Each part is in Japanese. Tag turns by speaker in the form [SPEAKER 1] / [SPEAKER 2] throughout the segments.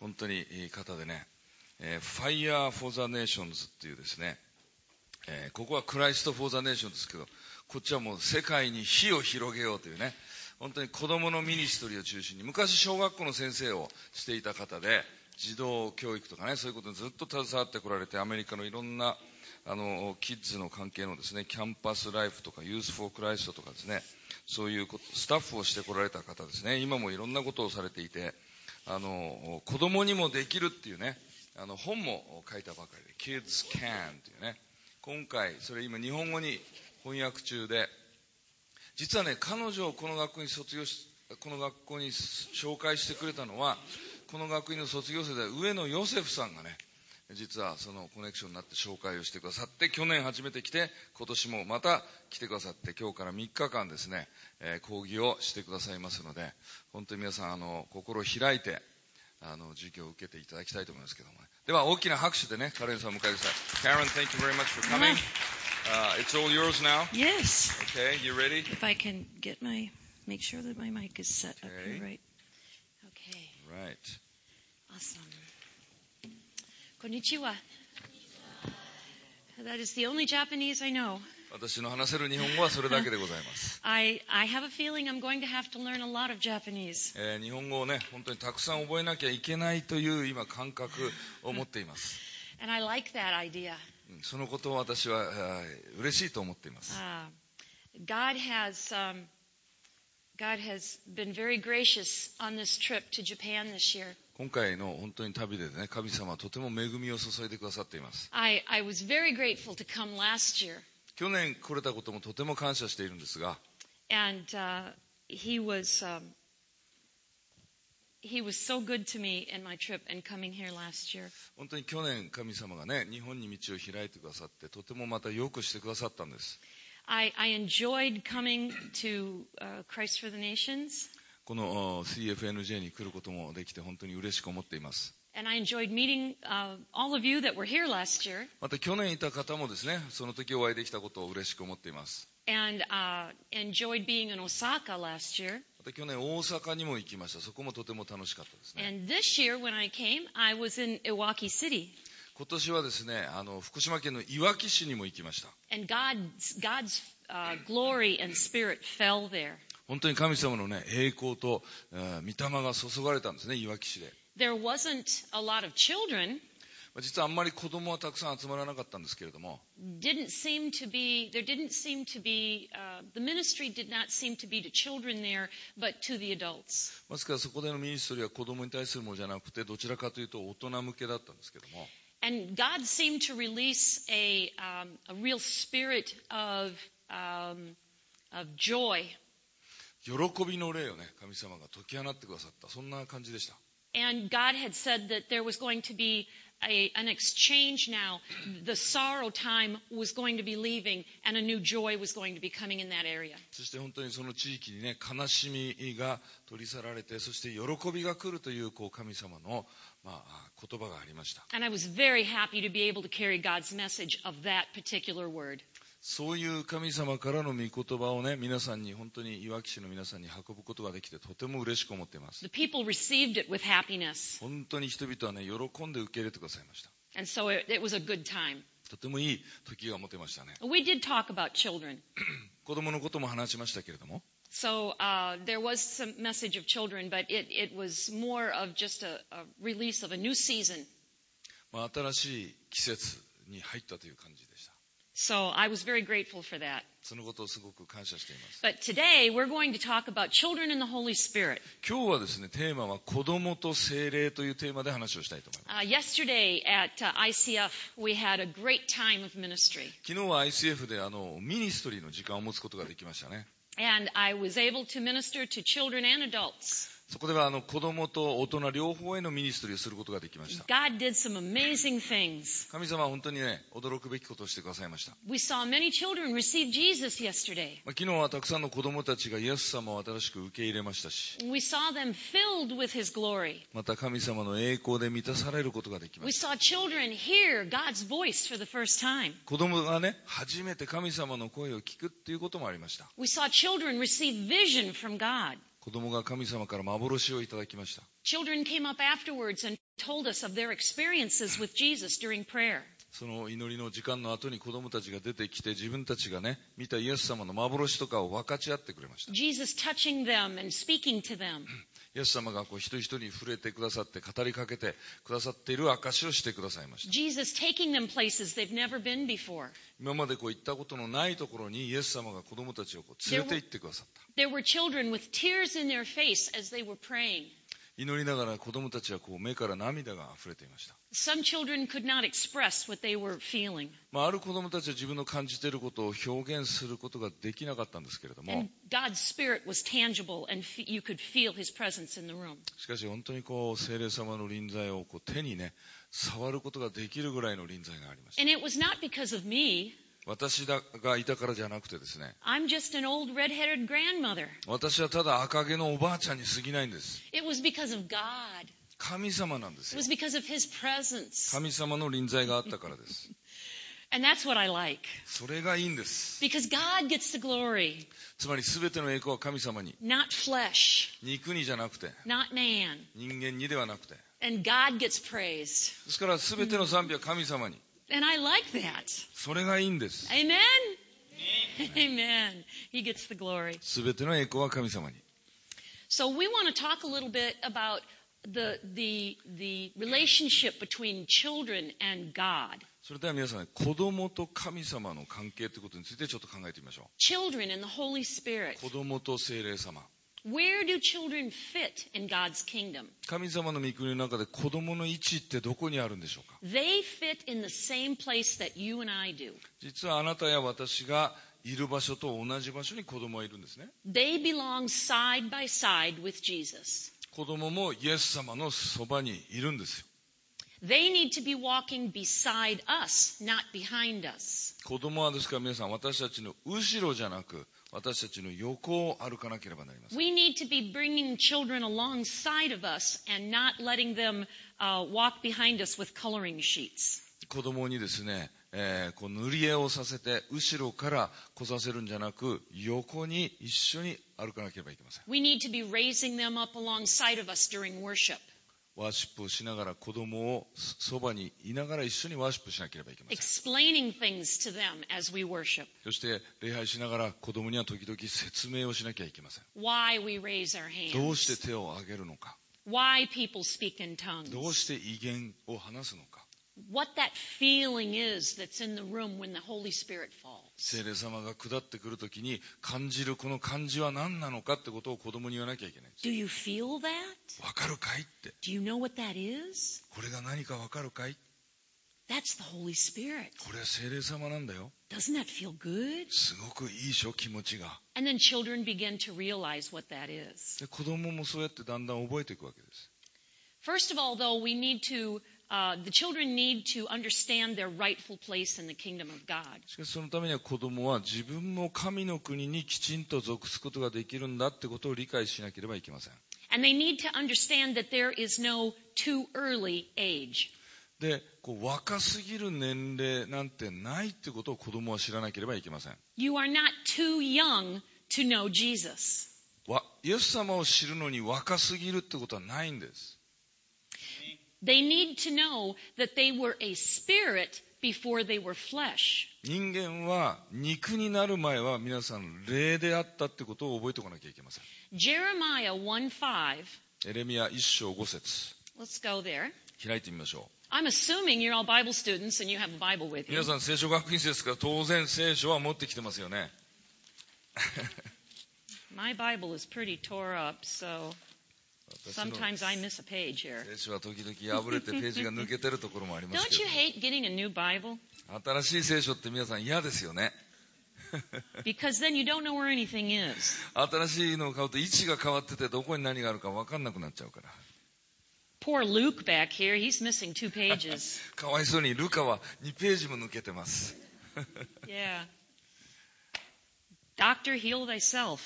[SPEAKER 1] 本当にいい方でね、えー、Fire for the Nations っていうですね、えーここはクライスト・フォー・ザ・ネーションですけど、こっちはもう世界に火を広げようというね、本当に子供のミニストリーを中心に、昔小学校の先生をしていた方で、児童教育とかね、そういうことにずっと携わってこられて、アメリカのいろんな、あの、キッズの関係のですね、キャンパスライフとか、ユース・フォー・クライストとかですね、そういうこと、スタッフをしてこられた方ですね、今もいろんなことをされていて、あの、子供にもできるっていうね、あの、本も書いたばかりで、Kids Can というね、今回、それ今日本語に翻訳中で、実はね、彼女をこの学校に卒業し、この学校に紹介してくれたのは、この学院の卒業生で上野ヨセフさんがね、実はそのコネクションになって紹介をしてくださって、去年初めて来て、今年もまた来てくださって、今日から3日間ですね、えー講義をしてくださいますので、本当に皆さん、あの、心を開いて、あの、授業を受けていただきたいと思いますけどもね。では、大きな拍手でね、カレンさんを迎えてください。Karen, thank you very much for coming. Uh, it's all yours now.
[SPEAKER 2] Yes.
[SPEAKER 1] Okay, you ready?
[SPEAKER 2] If I can get my, make sure that my mic is set up
[SPEAKER 1] Okay.
[SPEAKER 2] here right. Okay.
[SPEAKER 1] Right.
[SPEAKER 2] Awesome. Konnichiwa. That is the only Japanese I know.
[SPEAKER 1] 私の話せる日本語はそれだけでございます。
[SPEAKER 2] I, I have a feeling I'm going to have to learn a lot of Japanese.
[SPEAKER 1] えー日本語をね、本当にたくさん覚えなきゃいけないという今感覚を持っています。
[SPEAKER 2] And I like that idea.
[SPEAKER 1] うんそのことを私は、あー嬉しいと思っています。
[SPEAKER 2] Uh, God has um, God has been very gracious on this trip to Japan this year.
[SPEAKER 1] 今回の本当に旅でね、神様はとても恵みを注いでくださっています。
[SPEAKER 2] I, I was very grateful to come last year,
[SPEAKER 1] 去年来れたこともとても感謝しているんですが、
[SPEAKER 2] and uh, he was um, he was so good to me in my trip and coming here last year.
[SPEAKER 1] 本当に去年神様がね、日本に道を開いてくださって、とてもまた良くしてくださったんです。
[SPEAKER 2] I, I enjoyed coming to uh, Christ for the Nations,
[SPEAKER 1] このあー CFNJ に来ることもできて本当に嬉しく思っています。
[SPEAKER 2] and I enjoyed meeting uh, all of you that were here last year.
[SPEAKER 1] また去年いた方もですね、その時お会いできたことを嬉しく思っています。
[SPEAKER 2] And uh, enjoyed being in Osaka last year.
[SPEAKER 1] また去年大阪にも行きました。そこもとても楽しかったですね。
[SPEAKER 2] And this year, when I came, I was in Iwaki City,
[SPEAKER 1] 今年はですね、あの、福島県のいわき市にも行きました。
[SPEAKER 2] and God's God's uh, glory and spirit fell there.
[SPEAKER 1] 本当に神様のね、栄光と、えー御霊が注がれたんですね、いわき市で。
[SPEAKER 2] There wasn't a lot of children.
[SPEAKER 1] まあ実はあんまり子供はたくさん集まらなかったんですけれども、
[SPEAKER 2] Didn't seem to be there. Didn't seem to be uh, the ministry did not seem to be to children there, but to the adults.
[SPEAKER 1] ですからそこでのミニストリーは子供に対するものじゃなくて、どちらかというと大人向けだったんですけども、
[SPEAKER 2] And God seemed to release a um, a real spirit of um, of joy.
[SPEAKER 1] 喜びの霊をね、神様が解き放ってくださった。そんな感じでした。
[SPEAKER 2] And God had said that there was going to be a, an exchange now. The sorrow time was going to be leaving, and a new joy was going to be coming in that area.
[SPEAKER 1] そして本当にその地域にね、悲しみが取り去られて、そして喜びが来るという、こう、神様の、まあ、言葉がありました。
[SPEAKER 2] And I was very happy to be able to carry God's message of that particular word.
[SPEAKER 1] そういう神様からの御言葉をね、皆さんに、本当にいわき市の皆さんに運ぶことができて、とても嬉しく思っています。
[SPEAKER 2] The people received it with happiness,
[SPEAKER 1] 本当に人々はね、喜んで受け入れてくださいました。
[SPEAKER 2] and so it, it was a good time.
[SPEAKER 1] とてもいい時が持てましたね。
[SPEAKER 2] We did talk about children.
[SPEAKER 1] 子供のことも話しましたけれども、
[SPEAKER 2] So uh, there was some message of children, but it, it was more of just a, a release of a new season.
[SPEAKER 1] まあ、新しい季節に入ったという感じでした。
[SPEAKER 2] So I was very grateful for that.
[SPEAKER 1] そのことをすごく感謝しています。
[SPEAKER 2] But today we're going to talk about children and the Holy Spirit.
[SPEAKER 1] 今日はですね、テーマは子供と精霊というテーマで話をしたいと思います。
[SPEAKER 2] Uh, yesterday at uh, ICF, we had a great time of ministry.
[SPEAKER 1] 昨日は ICF であのミニストリーの時間を持つことができましたね。
[SPEAKER 2] And I was able to minister to children and adults.
[SPEAKER 1] そこではあの子供と大人両方へのミニストリーをすることができました。
[SPEAKER 2] God did some amazing things.
[SPEAKER 1] 神様は本当にね、驚くべきことをしてくださいました。
[SPEAKER 2] We saw many children receive Jesus yesterday.
[SPEAKER 1] まあ昨日はたくさんの子供たちがイエス様を新しく受け入れましたし、
[SPEAKER 2] We saw them filled with His glory.
[SPEAKER 1] また神様の栄光で満たされることができま
[SPEAKER 2] We
[SPEAKER 1] した。
[SPEAKER 2] saw children hear God's voice for the first time.
[SPEAKER 1] 子供がね、初めて神様の声を聞くっていうこともありました。
[SPEAKER 2] We saw children receive vision from God.
[SPEAKER 1] 子供が神様から幻をいただきました。
[SPEAKER 2] Children came up afterwards and told us of their experiences with Jesus during prayer.
[SPEAKER 1] その祈りの時間の後に子供たちが出てきて自分たちがね、見たイエス様の幻とかを分かち合ってくれました。
[SPEAKER 2] Jesus touching them and speaking to them.
[SPEAKER 1] イエス様がこう一人一人に触れてくださって語りかけてくださっている証しをしてくださいました。
[SPEAKER 2] Jesus taking them places they've never been before.
[SPEAKER 1] 今までこう行ったことのないところにイエス様が子供たちをこう連れて行ってくださった。
[SPEAKER 2] There were children with tears in their face as they were praying.
[SPEAKER 1] 祈りながら子供たちはこう目から涙が溢れていました。
[SPEAKER 2] Some children could not express what they were feeling.
[SPEAKER 1] まあ、ある子供たちは自分の感じていることを表現することができなかったんですけれども
[SPEAKER 2] And、God's Spirit was tangible, and f- you could feel His presence in the room.
[SPEAKER 1] しかし本当にこう、聖霊様の臨在をこう手にね、触ることができるぐらいの臨在がありました。
[SPEAKER 2] And it was not because of me.
[SPEAKER 1] 私だがいたからじゃなくてですね、
[SPEAKER 2] I'm just an old red-headed grandmother.
[SPEAKER 1] 私はただ赤毛のおばあちゃんに過ぎないんです。
[SPEAKER 2] It was because of God.
[SPEAKER 1] 神様なんです
[SPEAKER 2] It
[SPEAKER 1] よ
[SPEAKER 2] was。because of His presence.
[SPEAKER 1] 神様の臨在があったからです。
[SPEAKER 2] And that's what I like.
[SPEAKER 1] それがいいんです。
[SPEAKER 2] Because God gets the glory,
[SPEAKER 1] つまり全ての栄光は神様に。
[SPEAKER 2] not flesh,
[SPEAKER 1] 肉にじゃなくて、
[SPEAKER 2] not man.
[SPEAKER 1] 人間にではなくて。
[SPEAKER 2] And God gets praised.
[SPEAKER 1] ですから全ての賛美は神様に。
[SPEAKER 2] And I like that.
[SPEAKER 1] それがいいんです。
[SPEAKER 2] Amen? Amen. He gets the glory.
[SPEAKER 1] 全ての栄光は神様に。
[SPEAKER 2] So we want to talk a little bit about the the the relationship between children and God.
[SPEAKER 1] それでは皆さん、子供と神様の関係ということについてちょっと考えてみましょ
[SPEAKER 2] Children and the Holy Spirit.
[SPEAKER 1] う。子供と聖霊様。
[SPEAKER 2] Where do children fit in God's kingdom?
[SPEAKER 1] 神様の御国の中で子供の位置ってどこにあるんでしょうか
[SPEAKER 2] They fit in the same place that you and I do.
[SPEAKER 1] 実はあなたや私がいる場所と同じ場所に子供はいるんですね。
[SPEAKER 2] They belong side by side with Jesus.
[SPEAKER 1] 子供もイエス様のそばにいるんですよ。
[SPEAKER 2] They need to be walking beside us, not behind us.
[SPEAKER 1] 子供はですから皆さん私たちの後ろじゃなく私たちの横を歩かなければなりません
[SPEAKER 2] We need to be bringing children alongside of us and not letting them uh, walk behind us with coloring sheets.
[SPEAKER 1] 子供にですね、えーこう塗り絵をさせて後ろから来させるんじゃなく横に一緒に歩かなければいけません
[SPEAKER 2] We need to be raising them up alongside of us during worship,
[SPEAKER 1] ワーシップをしながら子供をそそばにいながら一緒にワーシップしなければいけません
[SPEAKER 2] explaining things to them as we worship,
[SPEAKER 1] そして礼拝しながら子供には時々説明をしなきゃいけません
[SPEAKER 2] why we raise our
[SPEAKER 1] どうし
[SPEAKER 2] hands,
[SPEAKER 1] て手を挙げるのか
[SPEAKER 2] why people speak in
[SPEAKER 1] どう
[SPEAKER 2] tongues,
[SPEAKER 1] して威厳を話すのか
[SPEAKER 2] what that feeling is that's in the room when the Holy Spirit falls.
[SPEAKER 1] 聖霊様が下ってくるときに感じるこの感じは何なのかってことを子供に言わなきゃいけないんで
[SPEAKER 2] Do you feel that?
[SPEAKER 1] すわかるかいって
[SPEAKER 2] Do you know what that is?
[SPEAKER 1] これが何かわかるかい
[SPEAKER 2] That's the Holy Spirit.
[SPEAKER 1] これは聖霊様なんだよ
[SPEAKER 2] Doesn't that feel good?
[SPEAKER 1] すごくいいでしょ気持ちが
[SPEAKER 2] And then children begin to realize what that is.
[SPEAKER 1] で子供もそうやってだんだん覚えていくわけです
[SPEAKER 2] First of all, though, we need to, uh, the children need to understand their rightful place in the kingdom of God.
[SPEAKER 1] しかしそのためには子供は自分も神の国にきちんと属すことができるんだってことを理解しなければいけません
[SPEAKER 2] And they need to understand that there is no too early age.
[SPEAKER 1] でこう若すぎる年齢なんてないってことを子供は知らなければいけません
[SPEAKER 2] You are not too young to know Jesus.
[SPEAKER 1] わイエス様を知るのに若すぎるってことはないんです
[SPEAKER 2] They need to know that they were a spirit before they were flesh.
[SPEAKER 1] 人間は肉になる前は皆さん霊であったってことを覚えておかなきゃいけません。
[SPEAKER 2] Jeremiah 1 5,
[SPEAKER 1] エレミア1章5節
[SPEAKER 2] let's go there.
[SPEAKER 1] 開いてみましょ
[SPEAKER 2] I'm assuming you're all Bible students and you have a Bible with
[SPEAKER 1] う。
[SPEAKER 2] you.
[SPEAKER 1] 皆さん聖書学院生ですから当然聖書は持ってきてますよね。
[SPEAKER 2] My Bible is pretty tore up, so
[SPEAKER 1] 私の
[SPEAKER 2] sometimes I miss a page here.
[SPEAKER 1] 聖書は時々破れてページが抜けてるところもありますけ
[SPEAKER 2] Don't
[SPEAKER 1] ど
[SPEAKER 2] you hate getting a new Bible?
[SPEAKER 1] 新しい聖書って皆さん嫌ですよね。
[SPEAKER 2] Because then you don't know where anything is.
[SPEAKER 1] 新しいのを買うと位置が変わっててどこに何があるか分かんなくなっちゃうから。
[SPEAKER 2] Poor Luke back here, he's missing two pages.
[SPEAKER 1] かわいそうにルカは2ページも抜けてます。
[SPEAKER 2] yeah. Doctor, heal thyself.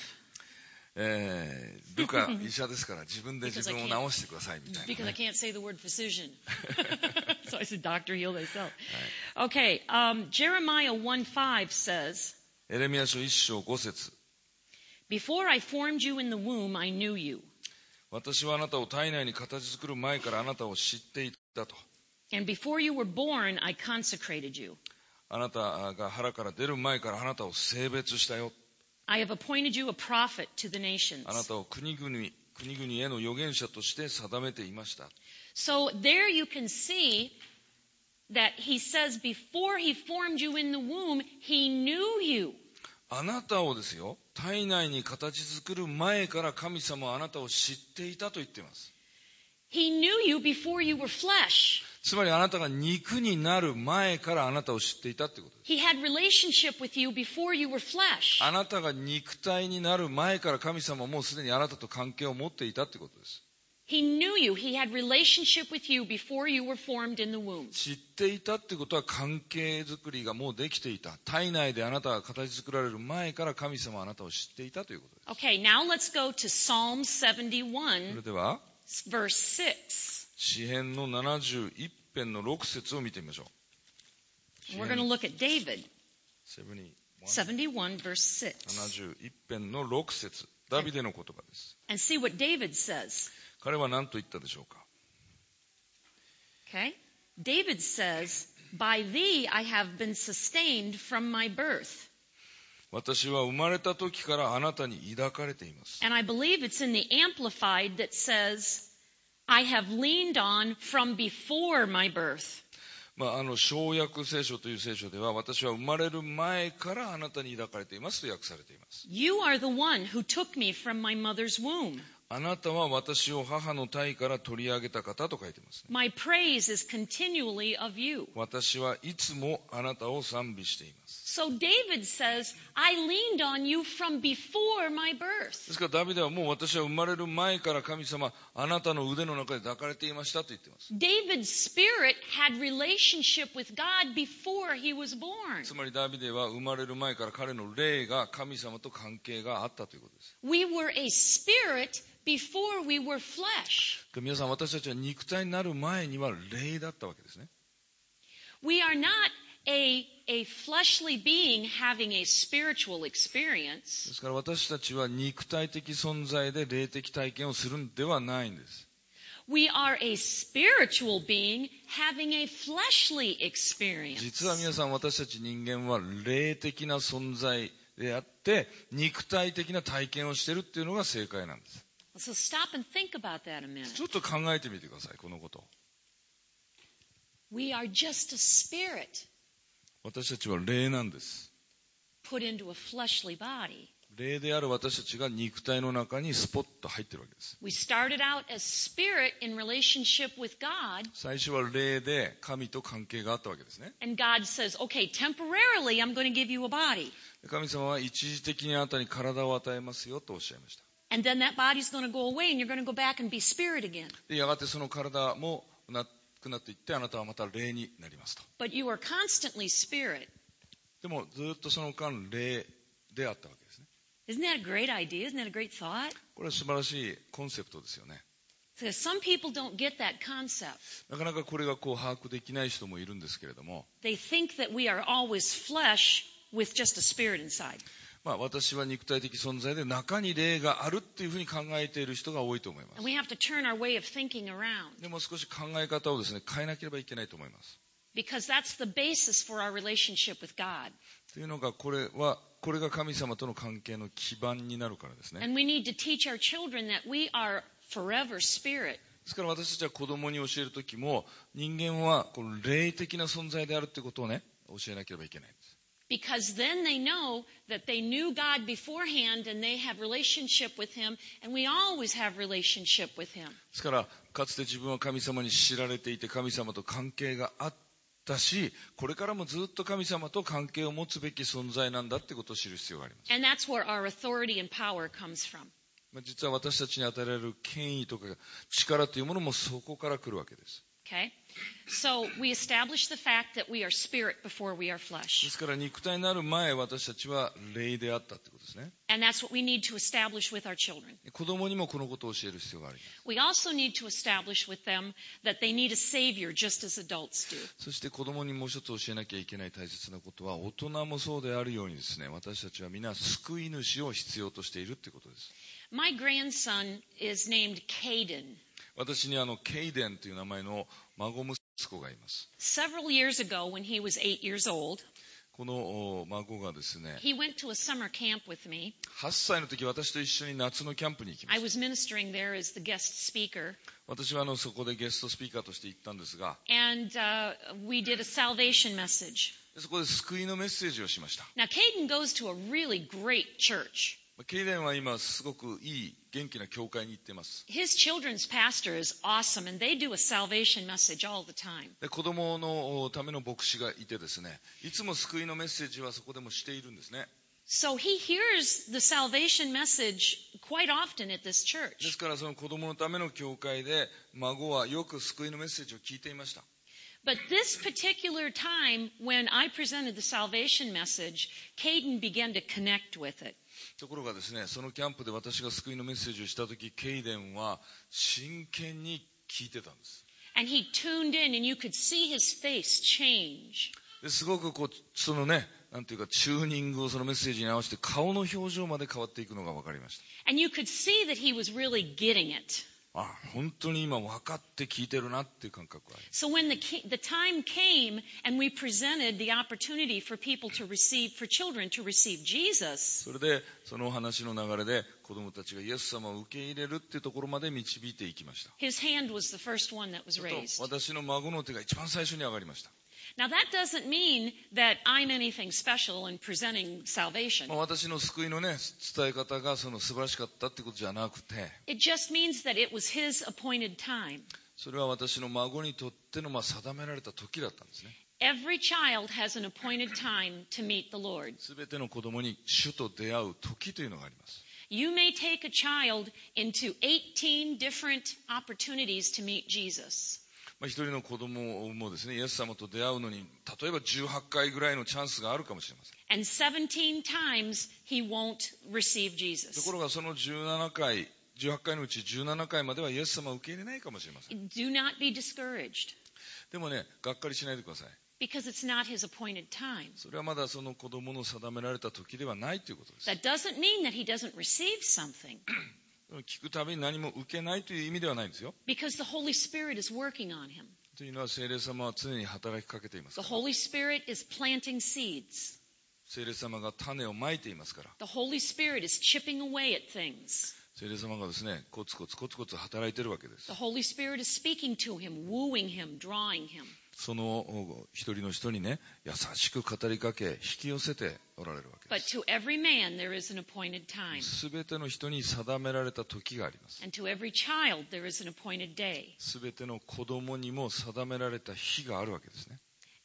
[SPEAKER 1] えー、ルカ医者ですから自分で自分を治してくださいみたいなね、
[SPEAKER 2] Because I can't say the word physician. so I said, Doctor, heal thyself. Okay, um, Jeremiah 1 5 says,
[SPEAKER 1] エレミア書1章5節
[SPEAKER 2] Before I formed you in the womb, I knew you.
[SPEAKER 1] 私はあなたを体内に形作る前からあなたを知っていたと。
[SPEAKER 2] And before you were born, I consecrated you.
[SPEAKER 1] あなたが腹から出る前からあなたを性別したよ。
[SPEAKER 2] I have appointed you a prophet to the nations.
[SPEAKER 1] あなたを国々、国々への預言者として定めていました。
[SPEAKER 2] So there you can see that he says, before he formed you in the womb, he knew you.
[SPEAKER 1] あなたをですよ、体内に形作る前から神様はあなたを知っていたと言っています。
[SPEAKER 2] He knew you before you were flesh.
[SPEAKER 1] つまりあなたが肉になる前からあなたを知っていたってことです。
[SPEAKER 2] He had relationship with you before you were flesh.
[SPEAKER 1] あなたが肉体になる前から神様はもうすでにあなたと関係を持っていたってことです。
[SPEAKER 2] He knew you. He had relationship with you before you were formed in the womb.
[SPEAKER 1] 知っていたってことは関係づくりがもうできていた。体内であなたが形作られる前から神様はあなたを知っていたということです。
[SPEAKER 2] Okay, now let's go to Psalm
[SPEAKER 1] それ
[SPEAKER 2] 71,
[SPEAKER 1] では、
[SPEAKER 2] verse 6.
[SPEAKER 1] 詩篇の71編の6節を見てみましょう。詩
[SPEAKER 2] We're going to
[SPEAKER 1] 篇
[SPEAKER 2] look at David,
[SPEAKER 1] 71
[SPEAKER 2] 71, verse 6,
[SPEAKER 1] 71編の6節ダビデの言葉です。
[SPEAKER 2] and see what David says.
[SPEAKER 1] 彼は何と言ったでしょうか
[SPEAKER 2] Okay? David says, By thee I have been sustained from my birth.
[SPEAKER 1] 私は生まれた時からあなたに抱かれています。
[SPEAKER 2] And I believe it's in the Amplified that says, I have leaned on from before my birth.
[SPEAKER 1] まあ、あの、生薬聖書という聖書では、私は生まれる前からあなたに抱かれていますと訳されています。
[SPEAKER 2] You are the one who took me from my mother's womb.
[SPEAKER 1] あなたは私を母の体から取り上げた方と書いてますね。
[SPEAKER 2] My praise is continually of you.
[SPEAKER 1] 私はいつもあなたを賛美しています。
[SPEAKER 2] So David says, I leaned on you from before my
[SPEAKER 1] で
[SPEAKER 2] birth.
[SPEAKER 1] すからダビデはもう私は生まれる前から神様、あなたの腕の中で抱かれていましたと言ってます。
[SPEAKER 2] David's spirit had relationship with God before he was born.
[SPEAKER 1] つまりダビデは生まれる前から彼の霊が神様と関係があったということです。
[SPEAKER 2] We were a spirit before we were flesh.
[SPEAKER 1] で皆さん私たちは肉体になる前には霊だったわけですね。
[SPEAKER 2] We are not a, a fleshly being having a spiritual
[SPEAKER 1] で
[SPEAKER 2] experience.
[SPEAKER 1] すから私たちは肉体的存在で霊的体験をするんではないんです。
[SPEAKER 2] We are a spiritual being having a fleshly
[SPEAKER 1] 実は
[SPEAKER 2] experience.
[SPEAKER 1] 皆さん私たち人間は霊的な存在であって肉体的な体験をしてるっていうのが正解なんです。
[SPEAKER 2] So stop and think about that a minute.
[SPEAKER 1] ちょっと考えてみてください、このこと。
[SPEAKER 2] We are just a spirit
[SPEAKER 1] 私たちは霊なんです。
[SPEAKER 2] put into a fleshly body.
[SPEAKER 1] 霊である私たちが肉体の中にスポッと入ってるわけです。
[SPEAKER 2] We started out as spirit in relationship with God,
[SPEAKER 1] 最初は霊で神と関係があったわけですね。
[SPEAKER 2] and God says, okay, temporarily I'm going to give you a body.
[SPEAKER 1] 神様は一時的にあなたに体を与えますよとおっしゃいました。
[SPEAKER 2] And then that body's going to go away and you're going to go back and be spirit again.
[SPEAKER 1] でやがてその体もなくなっていってあなたはまた霊になりますと
[SPEAKER 2] But you are constantly spirit.
[SPEAKER 1] でもずっとその間霊であったわけですね
[SPEAKER 2] Isn't that a great idea? Isn't that a great thought?
[SPEAKER 1] これは素晴らしいコンセプトですよね
[SPEAKER 2] Because some people don't get that concept.
[SPEAKER 1] なかなかこれがこう把握できない人もいるんですけれども、
[SPEAKER 2] They think that we are always flesh with just a spirit inside.
[SPEAKER 1] まあ、私は肉体的存在で中に霊があるっていうふうに考えている人が多いと思いま
[SPEAKER 2] And
[SPEAKER 1] す
[SPEAKER 2] we have to turn our way of thinking around
[SPEAKER 1] でも少し考え方をですね変えなければいけないと思います
[SPEAKER 2] because that's the basis for our relationship with God.
[SPEAKER 1] というのがこれはこれが神様との関係の基盤になるからですね
[SPEAKER 2] And we need to teach our children that we are forever spirit.
[SPEAKER 1] ですから私たちは子供に教えるときも人間はこの霊的な存在であるということをね教えなければいけないんです
[SPEAKER 2] Because then they know that they knew God beforehand and they have relationship with Him, and we always have relationship with Him.
[SPEAKER 1] ですからかつて自分は神様に知られていて神様と関係があったしこれからもずっと神様と関係を持つべき存在なんだってことを知る必要があります、
[SPEAKER 2] And that's where our authority and power comes from.
[SPEAKER 1] まあ、実は私たちに与えられる権威とか力というものもそこから来るわけです
[SPEAKER 2] Okay? So we establish the fact that we are spirit before we are
[SPEAKER 1] で
[SPEAKER 2] flesh.
[SPEAKER 1] すから肉体になる前私たちは霊であったってことですね
[SPEAKER 2] And that's what we need to establish with our children.
[SPEAKER 1] 子供にもこのことを教える必要があります
[SPEAKER 2] We also need to establish with them that they need a savior just as adults do.
[SPEAKER 1] そして子供にもう一つ教えなきゃいけない大切なことは、大人もそうであるようにですね、私たちは皆救い主を必要としているってことです。
[SPEAKER 2] My grandson is named Caden.
[SPEAKER 1] 私にあのケイデンという名前の孫息子がいます。
[SPEAKER 2] Several years ago, when he was eight years old,
[SPEAKER 1] このお孫がですね、
[SPEAKER 2] he went to a summer camp with me.
[SPEAKER 1] 8歳の時私と一緒に夏のキャンプに行きま
[SPEAKER 2] I
[SPEAKER 1] した。
[SPEAKER 2] was ministering there as the guest speaker,
[SPEAKER 1] 私はあのそこでゲストスピーカーとして行ったんですが、
[SPEAKER 2] and uh, we did a salvation message.
[SPEAKER 1] そこで救いのメッセージをしました。
[SPEAKER 2] Now, Caden goes to a really great church.
[SPEAKER 1] まあケイデンは今すごくいい元気な教会に行ってます。
[SPEAKER 2] His children's pastor is awesome, and they do a salvation message all the time.
[SPEAKER 1] で子供のおための牧師がいてですね、いつも救いのメッセージはそこでもしているんですね。
[SPEAKER 2] So he hears the salvation message quite often at this
[SPEAKER 1] で
[SPEAKER 2] church.
[SPEAKER 1] すからその子供のための教会で孫はよく救いのメッセージを聞いていました。
[SPEAKER 2] But this particular time when I presented the salvation message, Caden began to connect with it.
[SPEAKER 1] ところがですね、そのキャンプで私が救いのメッセージをした時ケイデンは真剣に聞いてたんです。
[SPEAKER 2] And he tuned in, and you could see his face change.
[SPEAKER 1] ですごくこう、そのね、なんていうか、チューニングをそのメッセージに合わせて顔の表情まで変わっていくのが分かりました。
[SPEAKER 2] And you could see that he was really getting it.
[SPEAKER 1] あ、本当に今分かって聞いてるなっていう感覚があります
[SPEAKER 2] So when the, ca- the time came and we presented the opportunity for people to receive, for children to receive Jesus,
[SPEAKER 1] それで、そのお話の流れで子供たちがイエス様を受け入れるっていうところまで導いていきました。
[SPEAKER 2] his hand was the first one that was
[SPEAKER 1] ちょっと
[SPEAKER 2] raised.
[SPEAKER 1] 私の孫の手が一番最初に上がりました。
[SPEAKER 2] Now that doesn't mean that I'm anything special in presenting
[SPEAKER 1] ま
[SPEAKER 2] salvation.
[SPEAKER 1] あ、私の救いのね、伝え方がその素晴らしかったってことじゃなくて、
[SPEAKER 2] It just means that it was his appointed time.
[SPEAKER 1] それは私の孫にとってのまあ定められた時だったんですね。
[SPEAKER 2] Every child has an appointed time to meet the Lord.
[SPEAKER 1] すべての子供に主と出会う時というのがあります。
[SPEAKER 2] You may take a child into 18 different opportunities to meet Jesus.
[SPEAKER 1] まあ、一人の子供もですね、イエス様と出会うのに、例えば18回ぐらいのチャンスがあるかもしれません。
[SPEAKER 2] And 17 times he won't receive
[SPEAKER 1] と
[SPEAKER 2] Jesus.
[SPEAKER 1] ころがその17回、18回のうち17回まではイエス様を受け入れないかもしれません。
[SPEAKER 2] Do not be discouraged
[SPEAKER 1] でもね、がっかりしないでください。
[SPEAKER 2] because it's not his appointed time.
[SPEAKER 1] それはまだその子供の定められた時ではないということです。
[SPEAKER 2] That doesn't mean that he doesn't receive something
[SPEAKER 1] 聞くたびに何も受けないという意味ではないんですよ。
[SPEAKER 2] because the Holy Spirit is working on him.
[SPEAKER 1] というのは聖霊様は常に働きかけています
[SPEAKER 2] The
[SPEAKER 1] から。
[SPEAKER 2] Holy Spirit is planting seeds.
[SPEAKER 1] 聖霊様が種をまいていますから。
[SPEAKER 2] The Holy Spirit is chipping away at things.
[SPEAKER 1] 聖霊様がですね、コツコツコツコツ働いてるわけです
[SPEAKER 2] The。Holy Spirit is speaking to him, wooing him, drawing him.
[SPEAKER 1] そのお一人の人にね、優しく語りかけ、引き寄せておられるわけで
[SPEAKER 2] But
[SPEAKER 1] す。
[SPEAKER 2] to every man there is an appointed time,
[SPEAKER 1] すべての人に定められた時があります。
[SPEAKER 2] and to every child there is an appointed day.
[SPEAKER 1] すべての子供にも定められた日があるわけですね。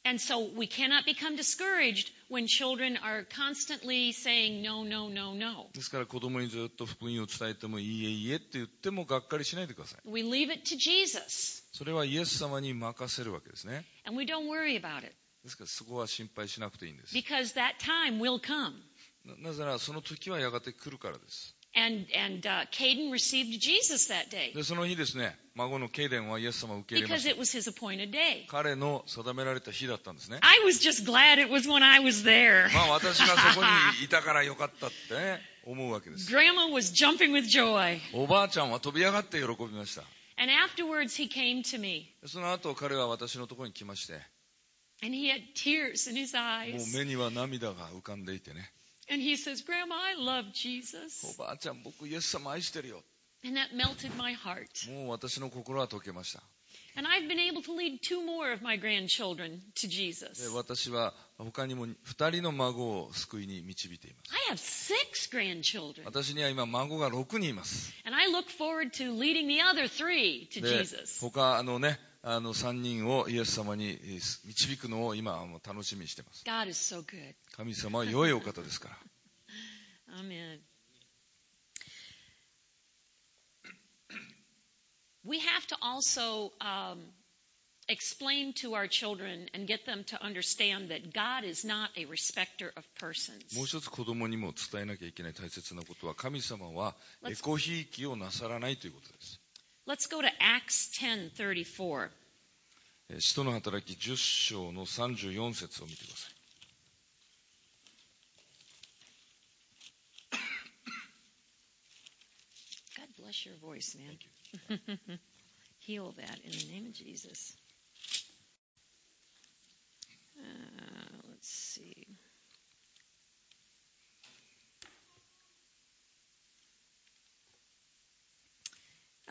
[SPEAKER 2] And so we cannot become discouraged when children are constantly saying no, no, no, no.
[SPEAKER 1] ですから子供にずっと福音を伝えてもいいえいいえって言ってもがっかりしないでください。
[SPEAKER 2] We leave it to Jesus,
[SPEAKER 1] それはイエス様に任せるわけですね。
[SPEAKER 2] and we don't worry about it
[SPEAKER 1] ですからそこは心配しなくていいんです。
[SPEAKER 2] because that time will come.
[SPEAKER 1] ななぜならその時はやがて来るからです。
[SPEAKER 2] And and uh, Caden received Jesus that day
[SPEAKER 1] で、その日ですね、孫のケイデンはイエス様を受け入れま
[SPEAKER 2] because
[SPEAKER 1] した。
[SPEAKER 2] it was his appointed day.
[SPEAKER 1] 彼の定められた日だったんですね。
[SPEAKER 2] I was just glad it was when I was there.
[SPEAKER 1] まあ私がそこ にいたからよかったってね、思うわけです。
[SPEAKER 2] Grandma was jumping with joy.
[SPEAKER 1] おばあちゃんは飛び上がって喜びました。
[SPEAKER 2] And afterwards, he came to me,
[SPEAKER 1] でその後彼は私のところに来まして、
[SPEAKER 2] and he had tears in his
[SPEAKER 1] もう
[SPEAKER 2] eyes.
[SPEAKER 1] 目には涙が浮かんでいてね、
[SPEAKER 2] And he says, Grandma, I love
[SPEAKER 1] お
[SPEAKER 2] Jesus.
[SPEAKER 1] ばあちゃん僕イエス様愛してるよ。
[SPEAKER 2] And that melted my heart.
[SPEAKER 1] もう私の心は溶けました。
[SPEAKER 2] And I've been able to lead two more of my grandchildren to
[SPEAKER 1] で
[SPEAKER 2] Jesus.
[SPEAKER 1] 私は他にも2人の孫を救いに導いています。
[SPEAKER 2] I have six grandchildren,
[SPEAKER 1] 私には今孫が6人います。
[SPEAKER 2] and I look forward to leading the other three to
[SPEAKER 1] で
[SPEAKER 2] Jesus.、
[SPEAKER 1] 他のね、あの3人をイエス様にえー導くのを今もう楽しみにしてます。
[SPEAKER 2] God is so good.
[SPEAKER 1] 神様は良いお方ですから。
[SPEAKER 2] Amen. We have to also um, explain to our children and get them to understand that God is not a respecter of
[SPEAKER 1] もう
[SPEAKER 2] persons.
[SPEAKER 1] 一つ子供にも伝えなきゃいけない大切なことは、神様はエ
[SPEAKER 2] Let's-
[SPEAKER 1] コひいきをなさらないということです。
[SPEAKER 2] Let's go to Acts 10:34.
[SPEAKER 1] えー使徒の働き10章の34節を見てください。
[SPEAKER 2] Bless your voice, man.
[SPEAKER 1] Thank you.
[SPEAKER 2] Heal that in the name of Jesus. Uh, let's see.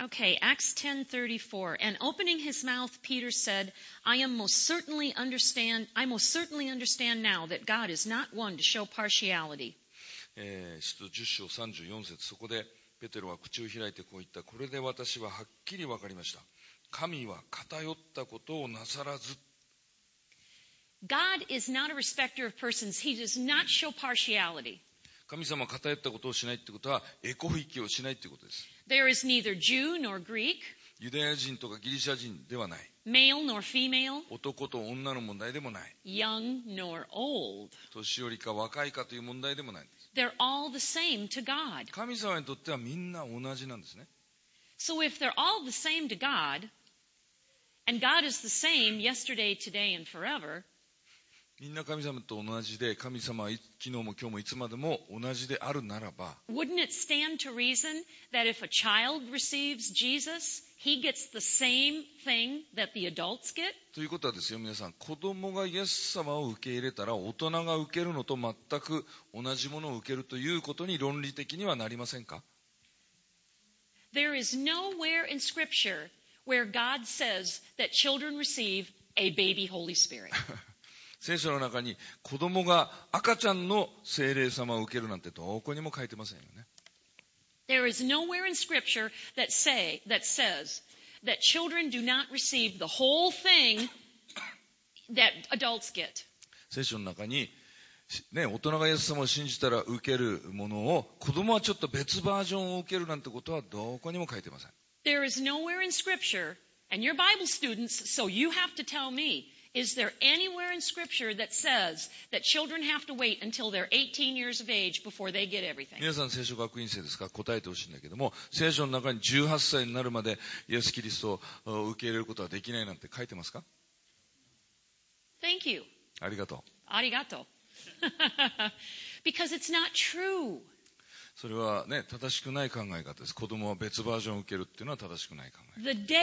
[SPEAKER 2] Okay, Acts 10:34. And opening his mouth, Peter said, "I am most certainly understand. I most certainly understand now that God is not one to show partiality."
[SPEAKER 1] えー使徒10章34節そこでペテロは口を開いてこう言ったこれで私ははっきり分かりました神は偏ったことをなさらず
[SPEAKER 2] God is not a respecter of persons. He does not show partiality.
[SPEAKER 1] 神様は偏ったことをしないってことはエコ引きをしないってことです
[SPEAKER 2] There is neither Jew nor Greek,
[SPEAKER 1] ユダヤ人とかギリシャ人ではない
[SPEAKER 2] male nor female,
[SPEAKER 1] 男と女の問題でもない
[SPEAKER 2] young nor old.
[SPEAKER 1] 年寄りか若いかという問題でもない
[SPEAKER 2] They're all the same to God.
[SPEAKER 1] 神様にとってはみんな同じなんですね
[SPEAKER 2] So if they're all the same to God, and God is the same yesterday, today, and forever,
[SPEAKER 1] みんな神様と同じで神様はい昨日も今日もいつまでも同じであるならば
[SPEAKER 2] wouldn't it stand to reason that if a child receives Jesus, he gets the same thing that the adults get?
[SPEAKER 1] ということはですよ皆さん子供がイエス様を受け入れたら大人が受けるのと全く同じものを受けるということに論理的にはなりませんか
[SPEAKER 2] There is nowhere in Scripture where God says that children receive a baby Holy Spirit.
[SPEAKER 1] 聖書の中に子供が赤ちゃんの聖霊様を受けるなんてどこにも書いてませんよね
[SPEAKER 2] There is nowhere in Scripture that say that says that children do not receive the whole thing that adults get.
[SPEAKER 1] 聖書の中に、しね、大人がイエス様を信じたら受けるものを子供はちょっと別バージョンを受けるなんてことはどこにも書いてません
[SPEAKER 2] There is nowhere in Scripture, and you're Bible students, so you have to tell me. Is there anywhere in Scripture that says that children have to wait until they're 18 years of age before they get everything?
[SPEAKER 1] 皆さん聖書学院生ですから答えてほしいんだけども聖書の中に18歳になるまでイエス・キリストを受け入れることはできないなんて書いてますか
[SPEAKER 2] Thank you.
[SPEAKER 1] ありがとう
[SPEAKER 2] Arigato. because it's not true.
[SPEAKER 1] それはね正しくない考え方です子供は別バージョンを受けるっていうのは正しくない考え
[SPEAKER 2] The day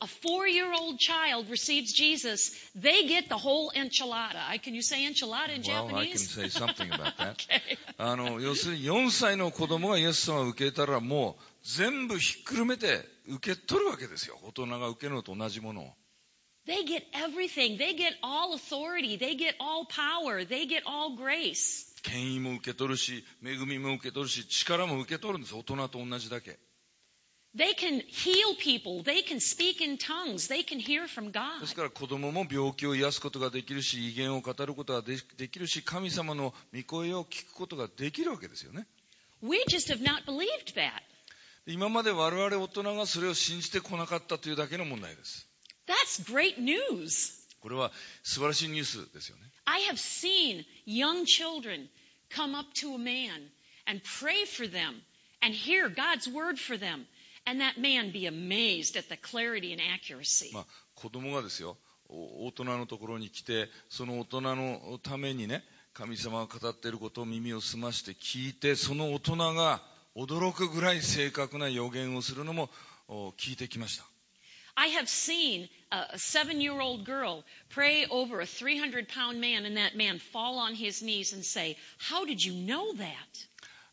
[SPEAKER 2] a four year old child receives Jesus, they get the whole enchilada. I, can you say enchilada in
[SPEAKER 1] Well, I can
[SPEAKER 2] Japanese?
[SPEAKER 1] say something about that.
[SPEAKER 2] okay.
[SPEAKER 1] あの要するに4歳の子供がイエス様を受け入れたらもう全部ひっくるめて受け取るわけですよ大人が受けるのと同じものを
[SPEAKER 2] They get everything. They get all authority. They get all power. They get all grace.
[SPEAKER 1] 権威も受け取るし恵みも受け取るし力も受け取るんです大人と同じだけ
[SPEAKER 2] They can heal people. They can speak in tongues. They can hear from God.
[SPEAKER 1] ですから子供も病気を癒すことができるし威厳を語ることがでできるし神様の御声を聞くことができるわけですよね
[SPEAKER 2] We just have not believed that.
[SPEAKER 1] で今まで我々大人がそれを信じてこなかったというだけの問題です
[SPEAKER 2] That's great news.
[SPEAKER 1] これは素晴らしいニュースですよね
[SPEAKER 2] I have seen young children come up to a man and pray for them and hear God's word for them, and that man be amazed at the clarity and accuracy.
[SPEAKER 1] まあ、子供がですよお大人のところに来てその大人のためにね神様が語っていることを耳を澄まして聞いてその大人が驚くぐらい正確な予言をするのもお聞いてきました
[SPEAKER 2] I have seen a, a seven year old girl pray over a 300 pound man, and that man fall on his knees and say, How did you know that?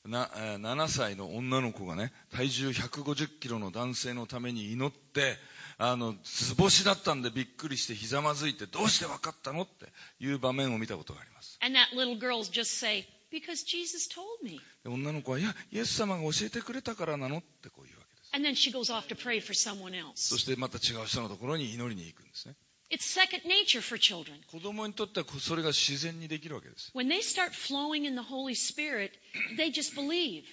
[SPEAKER 1] なえー7歳の女の子がね体重150キロの男性のために祈ってあの図星だったんでびっくりしてひざまずいてどうして分かったのっていう場面を見たことがあります
[SPEAKER 2] And that little girl just say, Because Jesus told me.
[SPEAKER 1] で女の子はいやイエス様が教えてくれたからなのってこういうわけです
[SPEAKER 2] And then she goes off to pray for someone
[SPEAKER 1] そ
[SPEAKER 2] else.
[SPEAKER 1] してまた違う人のところに祈りに行くんですね。
[SPEAKER 2] It's second nature for children.
[SPEAKER 1] 子供にとってはこそれが自然にできるわけです。
[SPEAKER 2] When they start flowing in the Holy Spirit, they just believe.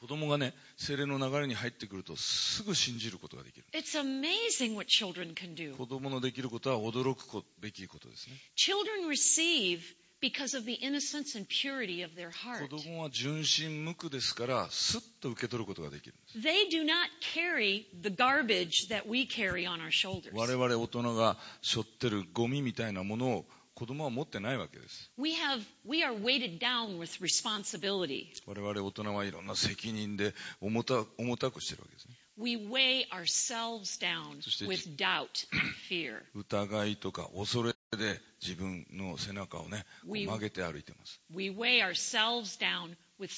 [SPEAKER 1] 子供がね、精霊の流れに入ってくるとすぐ信じることができる。
[SPEAKER 2] It's amazing what children can do.
[SPEAKER 1] 子供のできることは驚くこべきことですね。
[SPEAKER 2] Children receive because of the innocence and purity of their
[SPEAKER 1] 子
[SPEAKER 2] heart.
[SPEAKER 1] 供は純真無垢ですから、スッと受け取ることができるんです。
[SPEAKER 2] They do not carry the garbage that we carry on our shoulders.
[SPEAKER 1] 我々大人が背負ってるゴミみたいなものを子供は持ってないわけです。
[SPEAKER 2] We have we are weighted down with responsibility.
[SPEAKER 1] 我々大人はいろんな責任で重た重たくしてるわけですね。
[SPEAKER 2] We weigh ourselves down
[SPEAKER 1] そして、
[SPEAKER 2] with doubt and fear.
[SPEAKER 1] 疑いとか恐れで自分の背中をね、こう
[SPEAKER 2] We
[SPEAKER 1] 曲げて歩いてます。
[SPEAKER 2] we weigh ourselves down with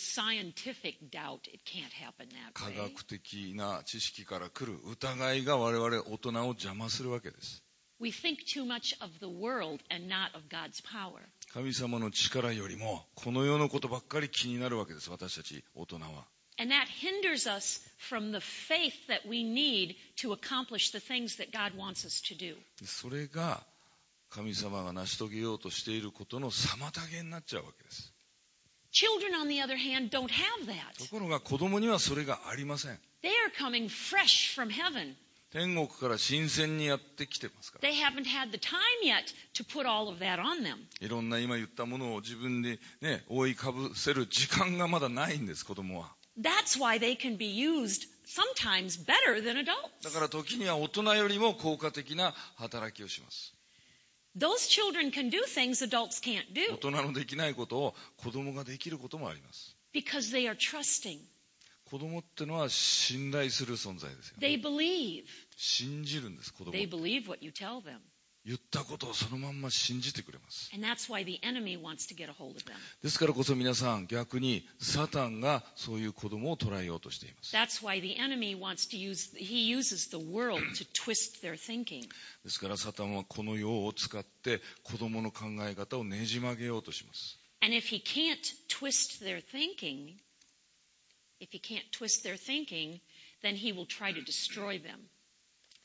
[SPEAKER 2] scientific doubt. It can't happen
[SPEAKER 1] 科
[SPEAKER 2] that way.
[SPEAKER 1] 学的な知識から来る疑いが我々大人を邪魔するわけです。
[SPEAKER 2] We think too much of the world and not of God's power.
[SPEAKER 1] 神様の力よりもこの世のことばっかり気になるわけです、私たち大人は。
[SPEAKER 2] And that hinders us from the faith that we need to accomplish the things that God wants us to do.
[SPEAKER 1] でそれが神様が成し遂げようとしていることの妨げになっちゃうわけです。
[SPEAKER 2] Children, on the other hand, don't have that.
[SPEAKER 1] ところが子供にはそれがありません。
[SPEAKER 2] They are coming fresh from heaven.
[SPEAKER 1] 天国から新鮮にやってきてますから。
[SPEAKER 2] They haven't had the time yet to put all of that on them.
[SPEAKER 1] いろんな今言ったものを自分でね、覆いかぶせる時間がまだないんです、子供は。
[SPEAKER 2] That's why they can be used sometimes better than
[SPEAKER 1] だ
[SPEAKER 2] adults.
[SPEAKER 1] から時には大人よりも効果的な働きをします。
[SPEAKER 2] Those children can do things adults can't
[SPEAKER 1] 大
[SPEAKER 2] do
[SPEAKER 1] 人のできないことを子供ができることもあります。
[SPEAKER 2] because they are trusting.
[SPEAKER 1] 子供ってのは信頼する存在ですよ。
[SPEAKER 2] They believe.
[SPEAKER 1] 信じるんです、子供。
[SPEAKER 2] They believe what you tell them.
[SPEAKER 1] 言ったことをそのまんま信じてくれます。
[SPEAKER 2] And that's why the enemy wants to get a hold of them.
[SPEAKER 1] ですからこそ皆さん逆にサタンがそういう子供を捉えようとしています。
[SPEAKER 2] That's why the enemy wants to use, he uses the world to twist their thinking.
[SPEAKER 1] ですからサタンはこの世を使って子供の考え方をねじ曲げようとします。
[SPEAKER 2] And if he can't twist their thinking, if he can't twist their thinking, then he will try to destroy them.